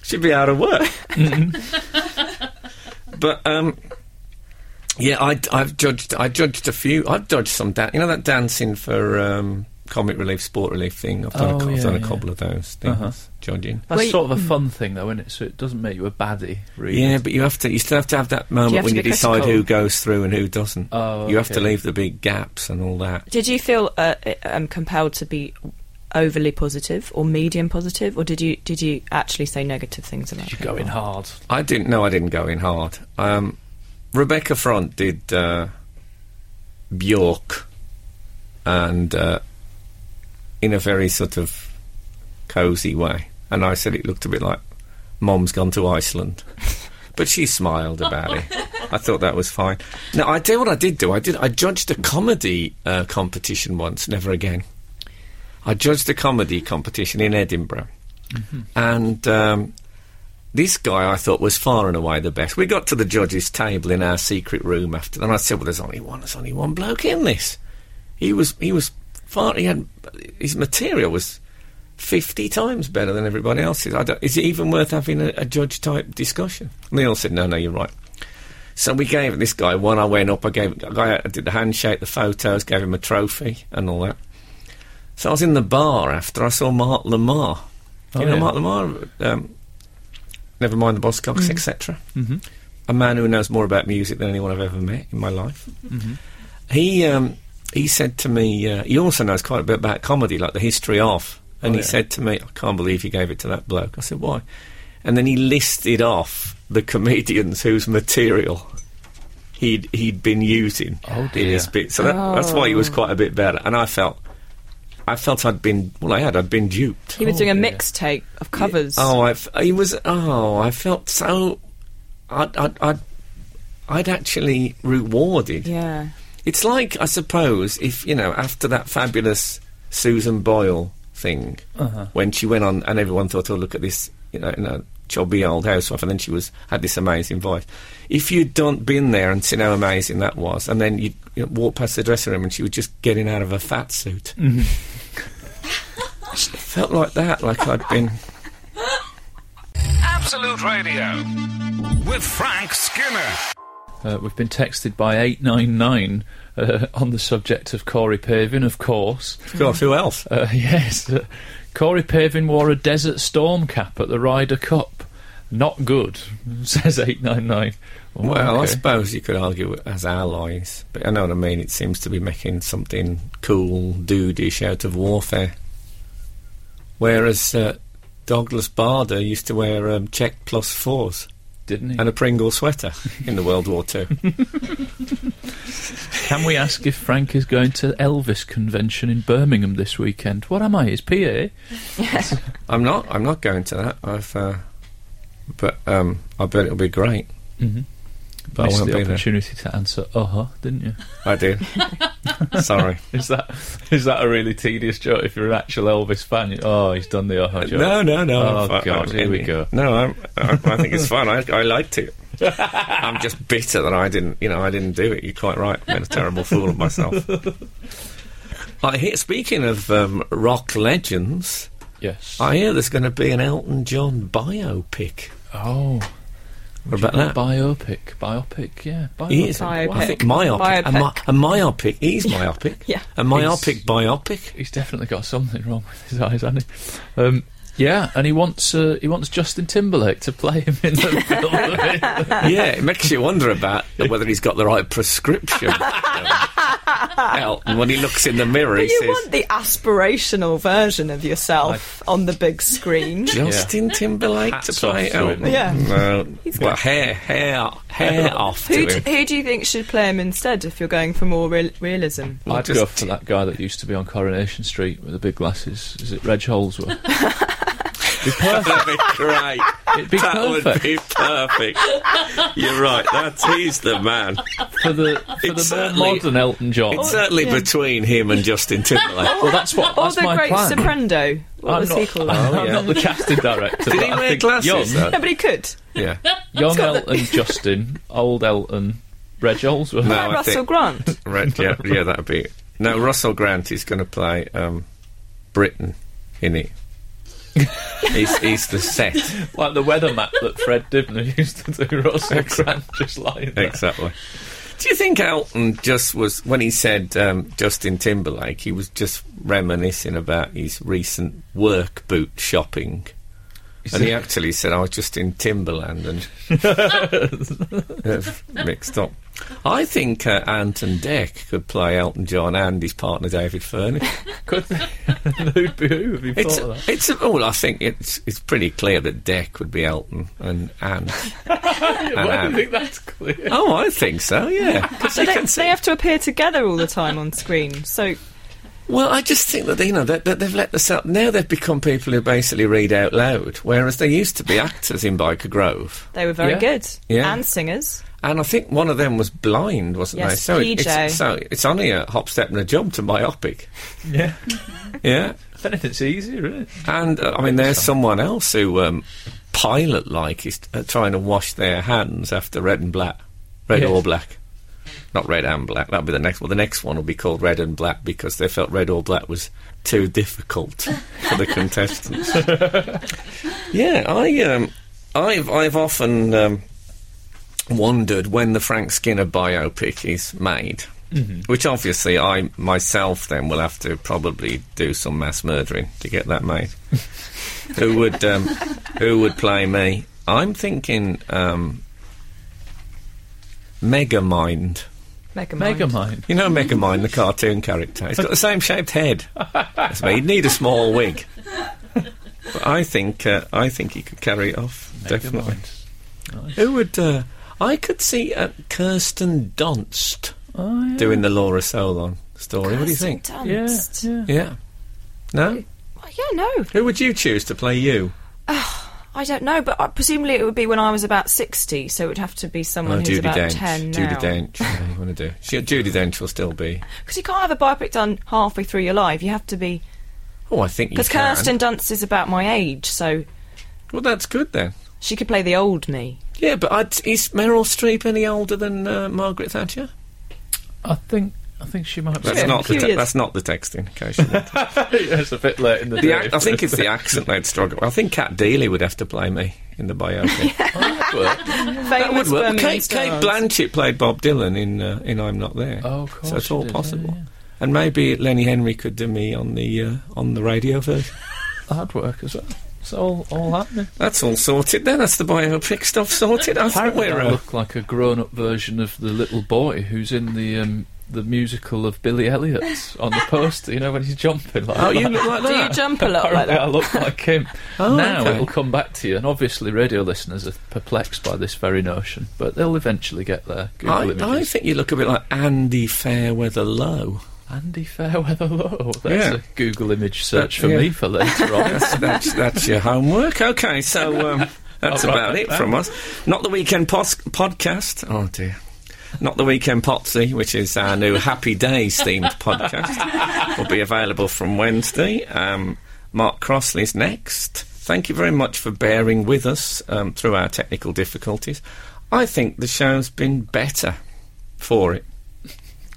Speaker 3: she'd be out of work. Mm-hmm. but um, yeah, I, have judged. I judged a few. I've judged some. Dan- you know that dancing for um, comic relief, sport relief thing. I've done,
Speaker 4: Oh,
Speaker 3: a, cou- I've
Speaker 4: yeah,
Speaker 3: done a
Speaker 4: yeah.
Speaker 3: couple of those things.
Speaker 4: Uh-huh.
Speaker 3: Judging.
Speaker 4: That's
Speaker 5: Wait.
Speaker 4: sort of a fun thing, though, isn't it? So it doesn't make you a baddie, really.
Speaker 3: Yeah, but you have to. You still have to have that moment
Speaker 5: have
Speaker 3: when
Speaker 5: to
Speaker 3: you
Speaker 5: be
Speaker 3: decide
Speaker 5: critical?
Speaker 3: who goes through and who doesn't.
Speaker 4: Oh,
Speaker 3: You have to
Speaker 4: okay.
Speaker 3: leave the big gaps and all that.
Speaker 5: Did you feel uh, uh, um, compelled to be overly positive or medium positive, or did you did you actually say negative things about
Speaker 4: You're
Speaker 5: it?
Speaker 4: going hard.
Speaker 3: I didn't. No, I didn't go in hard. Um, Rebecca Front did uh, Bjork, and uh, in a very sort of cosy way. And I said it looked a bit like Mom's gone to Iceland, but she smiled about it. I thought that was fine. Now I tell you what I did do. I did. I judged a comedy uh, competition once. Never again. I judged a comedy competition in Edinburgh, and. Um, this guy I thought was far and away the best. We got to the judges' table in our secret room after, and I said, "Well, there's only one. There's only one bloke in this. He was he was far. He had his material was fifty times better than everybody else's. I don't, is it even worth having a, a judge type discussion?" And they all said, "No, no, you're right." So we gave this guy one. I went up. I gave I got- I did the handshake, the photos, gave him a trophy and all that. So I was in the bar after I saw Mark Lamar. You
Speaker 4: Oh,
Speaker 3: know
Speaker 4: yeah. Mm-hmm.
Speaker 3: Mark Lamar. Um, never mind the Buzzcocks, etc. a man who knows more about music than anyone I've ever met in my life. He um, he said to me, uh, he also knows quite a bit about comedy, like the history of. And
Speaker 4: Oh,
Speaker 3: he said to me, I can't believe you gave it to that bloke. I said, why? And then he listed off the comedians whose material he'd he'd been using
Speaker 4: Oh,
Speaker 3: in his
Speaker 4: dear.
Speaker 3: bit. So that, that's why he was quite a bit better. And I felt, I felt I'd been well, I had, I'd been duped.
Speaker 5: He was doing a
Speaker 4: dear.
Speaker 5: mixtape of covers.
Speaker 3: Oh, I f- he was. Oh, I felt so. I'd, I'd, I'd, I'd actually rewarded.
Speaker 5: Yeah.
Speaker 3: It's like, I suppose, if you know, after that fabulous Susan Boyle thing, when she went on, and everyone thought, "Oh, look at this," you know, you know, chubby old housewife, and then she was had this amazing voice. If you'd done been there and seen how amazing that was, and then you'd you know, walk past the dressing room and she was just getting out of a fat suit, It felt like that, like I'd been.
Speaker 2: Absolute Radio with Frank Skinner.
Speaker 4: Uh, we've been texted by 899 uh, on the subject of Corey Pavin, of course.
Speaker 3: God, who else?
Speaker 4: Uh, yes, uh, Corey Pavin wore a Desert Storm cap at the Ryder Cup. Not good, says 899.
Speaker 3: Well, I
Speaker 4: Oh, okay.
Speaker 3: suppose you could argue it as allies, but I know what I mean. It seems to be making something cool, dudish out of warfare. Whereas uh, Douglas Bader used to wear um, check plus fours
Speaker 4: didn't he?
Speaker 3: and a Pringle sweater in the World War Two.
Speaker 4: Can we ask if Frank is going to Elvis convention in Birmingham this weekend? What am I? His PA?
Speaker 3: I'm not. I'm not going to that. I've, uh, but um, I bet it'll be great.
Speaker 4: Mm-hmm.
Speaker 3: But I
Speaker 4: Missed
Speaker 3: won't
Speaker 4: the
Speaker 3: be there.
Speaker 4: opportunity to answer. Uh huh, didn't you?
Speaker 3: I do. Sorry.
Speaker 4: Is that is that a really tedious joke? If you're an actual Elvis fan, you, oh, he's done the uh huh joke.
Speaker 3: No, no, no.
Speaker 4: Oh,
Speaker 3: I'm fi-
Speaker 4: God,
Speaker 3: I'm
Speaker 4: here we
Speaker 3: in-
Speaker 4: go.
Speaker 3: No, I'm, I, I think it's fun. I, I liked it. I'm just bitter that I didn't, you know, I didn't do it. You're quite right. I made a terrible fool of myself. I hear, speaking of um, rock legends,
Speaker 4: Yes.
Speaker 3: I hear there's going to be an Elton John biopic.
Speaker 4: oh.
Speaker 3: What about that?
Speaker 4: Biopic. Biopic, yeah. Biopic.
Speaker 3: He is.
Speaker 5: Biopic.
Speaker 3: I think myopic. A, mi-
Speaker 5: Biopic.
Speaker 3: a myopic. He's myopic.
Speaker 5: Yeah.
Speaker 3: A myopic biopic.
Speaker 4: He's definitely got something wrong with his eyes, hasn't he? Um, yeah, and he wants uh, he wants Justin Timberlake to play him in the film.
Speaker 3: yeah, it makes you wonder about whether he's got the right prescription. Elton, when he looks in the mirror, he
Speaker 5: you
Speaker 3: says,
Speaker 5: want the aspirational version of yourself on the big screen.
Speaker 3: Justin Timberlake to
Speaker 4: Hats
Speaker 3: play
Speaker 4: off to
Speaker 3: Elton.
Speaker 4: him.
Speaker 5: Yeah.
Speaker 3: No. well, hair, hair, hair off to
Speaker 5: Who do,
Speaker 3: him.
Speaker 5: who do you think should play him instead if you're going for more real- realism?
Speaker 4: I'd
Speaker 3: Just-
Speaker 4: go for that guy that used to be on Coronation Street with the big glasses. Is it Reg Holsworth? Be perfect.
Speaker 3: That'd be great.
Speaker 4: It'd be
Speaker 3: that would
Speaker 4: perfect
Speaker 3: be perfect. You're right. That's he's the man.
Speaker 4: for the for
Speaker 3: It's
Speaker 4: the
Speaker 3: certainly-
Speaker 4: more modern Elton John.
Speaker 5: Oh,
Speaker 3: It's uh, certainly between him and Justin Timberlake.
Speaker 4: well, that's what
Speaker 5: Or
Speaker 4: that's
Speaker 5: the
Speaker 4: my
Speaker 5: great
Speaker 4: plan.
Speaker 5: Soprando. What
Speaker 4: I'm
Speaker 5: was
Speaker 4: not,
Speaker 5: he called?
Speaker 4: I'm
Speaker 3: Oh, yeah.
Speaker 4: not the casting director.
Speaker 3: Did
Speaker 4: but
Speaker 3: he
Speaker 4: I
Speaker 3: wear
Speaker 4: think
Speaker 3: glasses?
Speaker 4: Young,
Speaker 3: though?
Speaker 5: Nobody could.
Speaker 3: Yeah.
Speaker 4: young
Speaker 5: got the-
Speaker 4: Elton, Justin, old Elton, Reg Holsworth.
Speaker 3: No. I
Speaker 5: Russell
Speaker 3: think-
Speaker 5: Grant.
Speaker 3: Right. Yeah. Yeah. That'd be. It. No, Russell Grant is going to play um, Britain in it. he's, he's the set.
Speaker 4: Like the weather map that Fred Dibner used to do, Russell Grant just lying there.
Speaker 3: Exactly. Do you think Elton just was when he said um, Justin Timberlake? He was just reminiscing about his recent work boot shopping, and he actually said, "I was just in Timberland and uh, mixed up." I think uh, Anton Deck could play Elton John and his partner David Furney.
Speaker 4: Could Who'd be who? Have you
Speaker 3: It's
Speaker 4: thought of that?
Speaker 3: it's well, I think it's it's pretty clear that Deck would be Elton and Ant. and
Speaker 4: I don't
Speaker 3: Ant.
Speaker 4: think that's clear.
Speaker 3: Oh, I think so. Yeah, 'Cause
Speaker 5: They,
Speaker 3: you
Speaker 5: don't-
Speaker 3: can see-
Speaker 5: they have to appear together all the time on screen. So
Speaker 3: Well, I just think that you know that, that they've let this up. Now they've become people who basically read out loud, whereas they used to be actors in Biker Grove.
Speaker 5: they were very
Speaker 4: Yeah.
Speaker 5: good.
Speaker 3: Yeah.
Speaker 5: And singers.
Speaker 3: And I think one of them was blind, wasn't
Speaker 5: Yes,
Speaker 3: they? So it-
Speaker 5: PJ.
Speaker 3: it's so it's only a hop, step, and a jump to myopic.
Speaker 4: Yeah.
Speaker 3: Yeah,
Speaker 4: If anything's easier, isn't it?
Speaker 3: and uh, I mean there's someone else who um, pilot-like is uh, trying to wash their hands after red and black, red
Speaker 4: Yeah.
Speaker 3: or black. Not red and black. That'll be the next one. The next one will be called red and black because they felt red or black was too difficult for the contestants. Yeah, I um, I've I've often um, wondered when the Frank Skinner biopic is made, which obviously I myself then will have to probably do some mass murdering to get that made. who would um, who would play me? I'm thinking um, Megamind.
Speaker 5: Megamind.
Speaker 4: Megamind.
Speaker 3: You know Megamind, the cartoon character. He's got the same shaped head as me. He'd need a small wig. But I think uh, I think he could carry it off. definitely.
Speaker 4: Megamind.
Speaker 3: Who would? Uh, I could see uh, Kirsten Dunst
Speaker 4: Oh, yeah.
Speaker 3: doing the Laura Solon story. What do you think?
Speaker 4: Yeah, yeah.
Speaker 3: Yeah. No.
Speaker 5: Well, yeah, no.
Speaker 3: Who would you choose to play you?
Speaker 5: I don't know, but uh, presumably it would be when I was about 60, so it would have to be someone
Speaker 3: Oh,
Speaker 5: who's
Speaker 3: Judy
Speaker 5: about
Speaker 3: Dench.
Speaker 5: 10
Speaker 3: Judy
Speaker 5: now.
Speaker 3: Dench. Yeah, you want to do? She, Judy Dench will still be.
Speaker 5: Because you can't have a biopic done halfway through your life. You have to be.
Speaker 3: Oh, I think you
Speaker 5: Because
Speaker 3: can.
Speaker 5: Kirsten Dunst is about my age, so
Speaker 3: Well, that's good then.
Speaker 5: she could play the old me.
Speaker 3: Yeah, but I'd, is Meryl Streep any older than uh, Margaret Thatcher?
Speaker 4: I think I think she might. be.
Speaker 3: That's
Speaker 5: Yeah,
Speaker 3: not the te-
Speaker 5: curious.
Speaker 3: that's not the text indication.
Speaker 4: it's a bit late in the,
Speaker 3: the
Speaker 4: day.
Speaker 3: ac- I think it's the accent they'd struggle. I think Kat Deely would have to play me in the biopic. that would
Speaker 5: Famous
Speaker 3: work.
Speaker 5: Birmingham
Speaker 3: Kate, Kate
Speaker 5: stars.
Speaker 3: Blanchett played Bob Dylan in uh, in I'm Not There.
Speaker 4: Oh, of course
Speaker 3: so it's
Speaker 4: she
Speaker 3: all
Speaker 4: did, yeah,
Speaker 3: possible.
Speaker 4: yeah.
Speaker 3: And maybe Lenny Henry could do me on the uh, on the radio version.
Speaker 4: hard work as well. It's all all happening.
Speaker 3: That's all sorted then. That's the biopic stuff sorted. I think
Speaker 4: Apparently,
Speaker 3: we're
Speaker 4: I
Speaker 3: uh,
Speaker 4: look like a grown-up version of the little boy who's in the um, the musical of Billy Elliot on the poster. You know when he's jumping like.
Speaker 3: Oh, you
Speaker 4: that.
Speaker 3: look like
Speaker 5: Do you
Speaker 3: that.
Speaker 5: jump a lot like
Speaker 4: Apparently, I
Speaker 5: that?
Speaker 4: look like him.
Speaker 3: Oh,
Speaker 4: now
Speaker 3: okay.
Speaker 4: it'll come back to you, and obviously, radio listeners are perplexed by this very notion, but they'll eventually get there. Google
Speaker 3: I, I
Speaker 4: images.
Speaker 3: think you look a bit like Andy Fairweather Lowe.
Speaker 4: Andy Fairweather Lowe. That's
Speaker 3: Yeah.
Speaker 4: a Google image search
Speaker 3: That-
Speaker 4: for me
Speaker 3: yeah.
Speaker 4: for later on.
Speaker 3: That's, that's, that's your homework. Okay, so um, that's
Speaker 4: All right,
Speaker 3: about it
Speaker 4: then.
Speaker 3: from us. Not the Weekend pos- Podcast. Oh, dear. Not the Weekend Potsy, which is our new Happy Days themed podcast, will be available from Wednesday. Um, Mark Crossley's next. Thank you very much for bearing with us um, through our technical difficulties. I think the show's been better for it,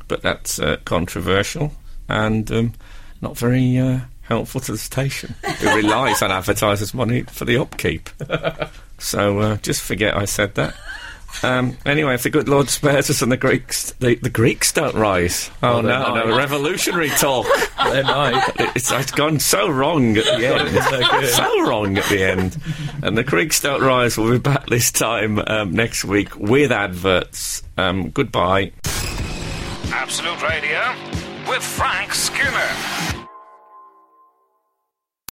Speaker 3: but that's uh, controversial and um, not very uh, helpful to the station. It relies on advertisers' money for the upkeep. So uh, just forget I said that. Um, anyway, if the good Lord spares us and the Greeks, the, the Greeks don't rise. Oh,
Speaker 4: Oh, they're
Speaker 3: no, no,
Speaker 4: not.
Speaker 3: revolutionary talk.
Speaker 4: They're nice.
Speaker 3: it's, it's gone so wrong at the end. so wrong at the end. And the Greeks don't rise. We'll be back this time um, next week with adverts. Um, goodbye.
Speaker 2: Absolute Radio with Frank Skinner.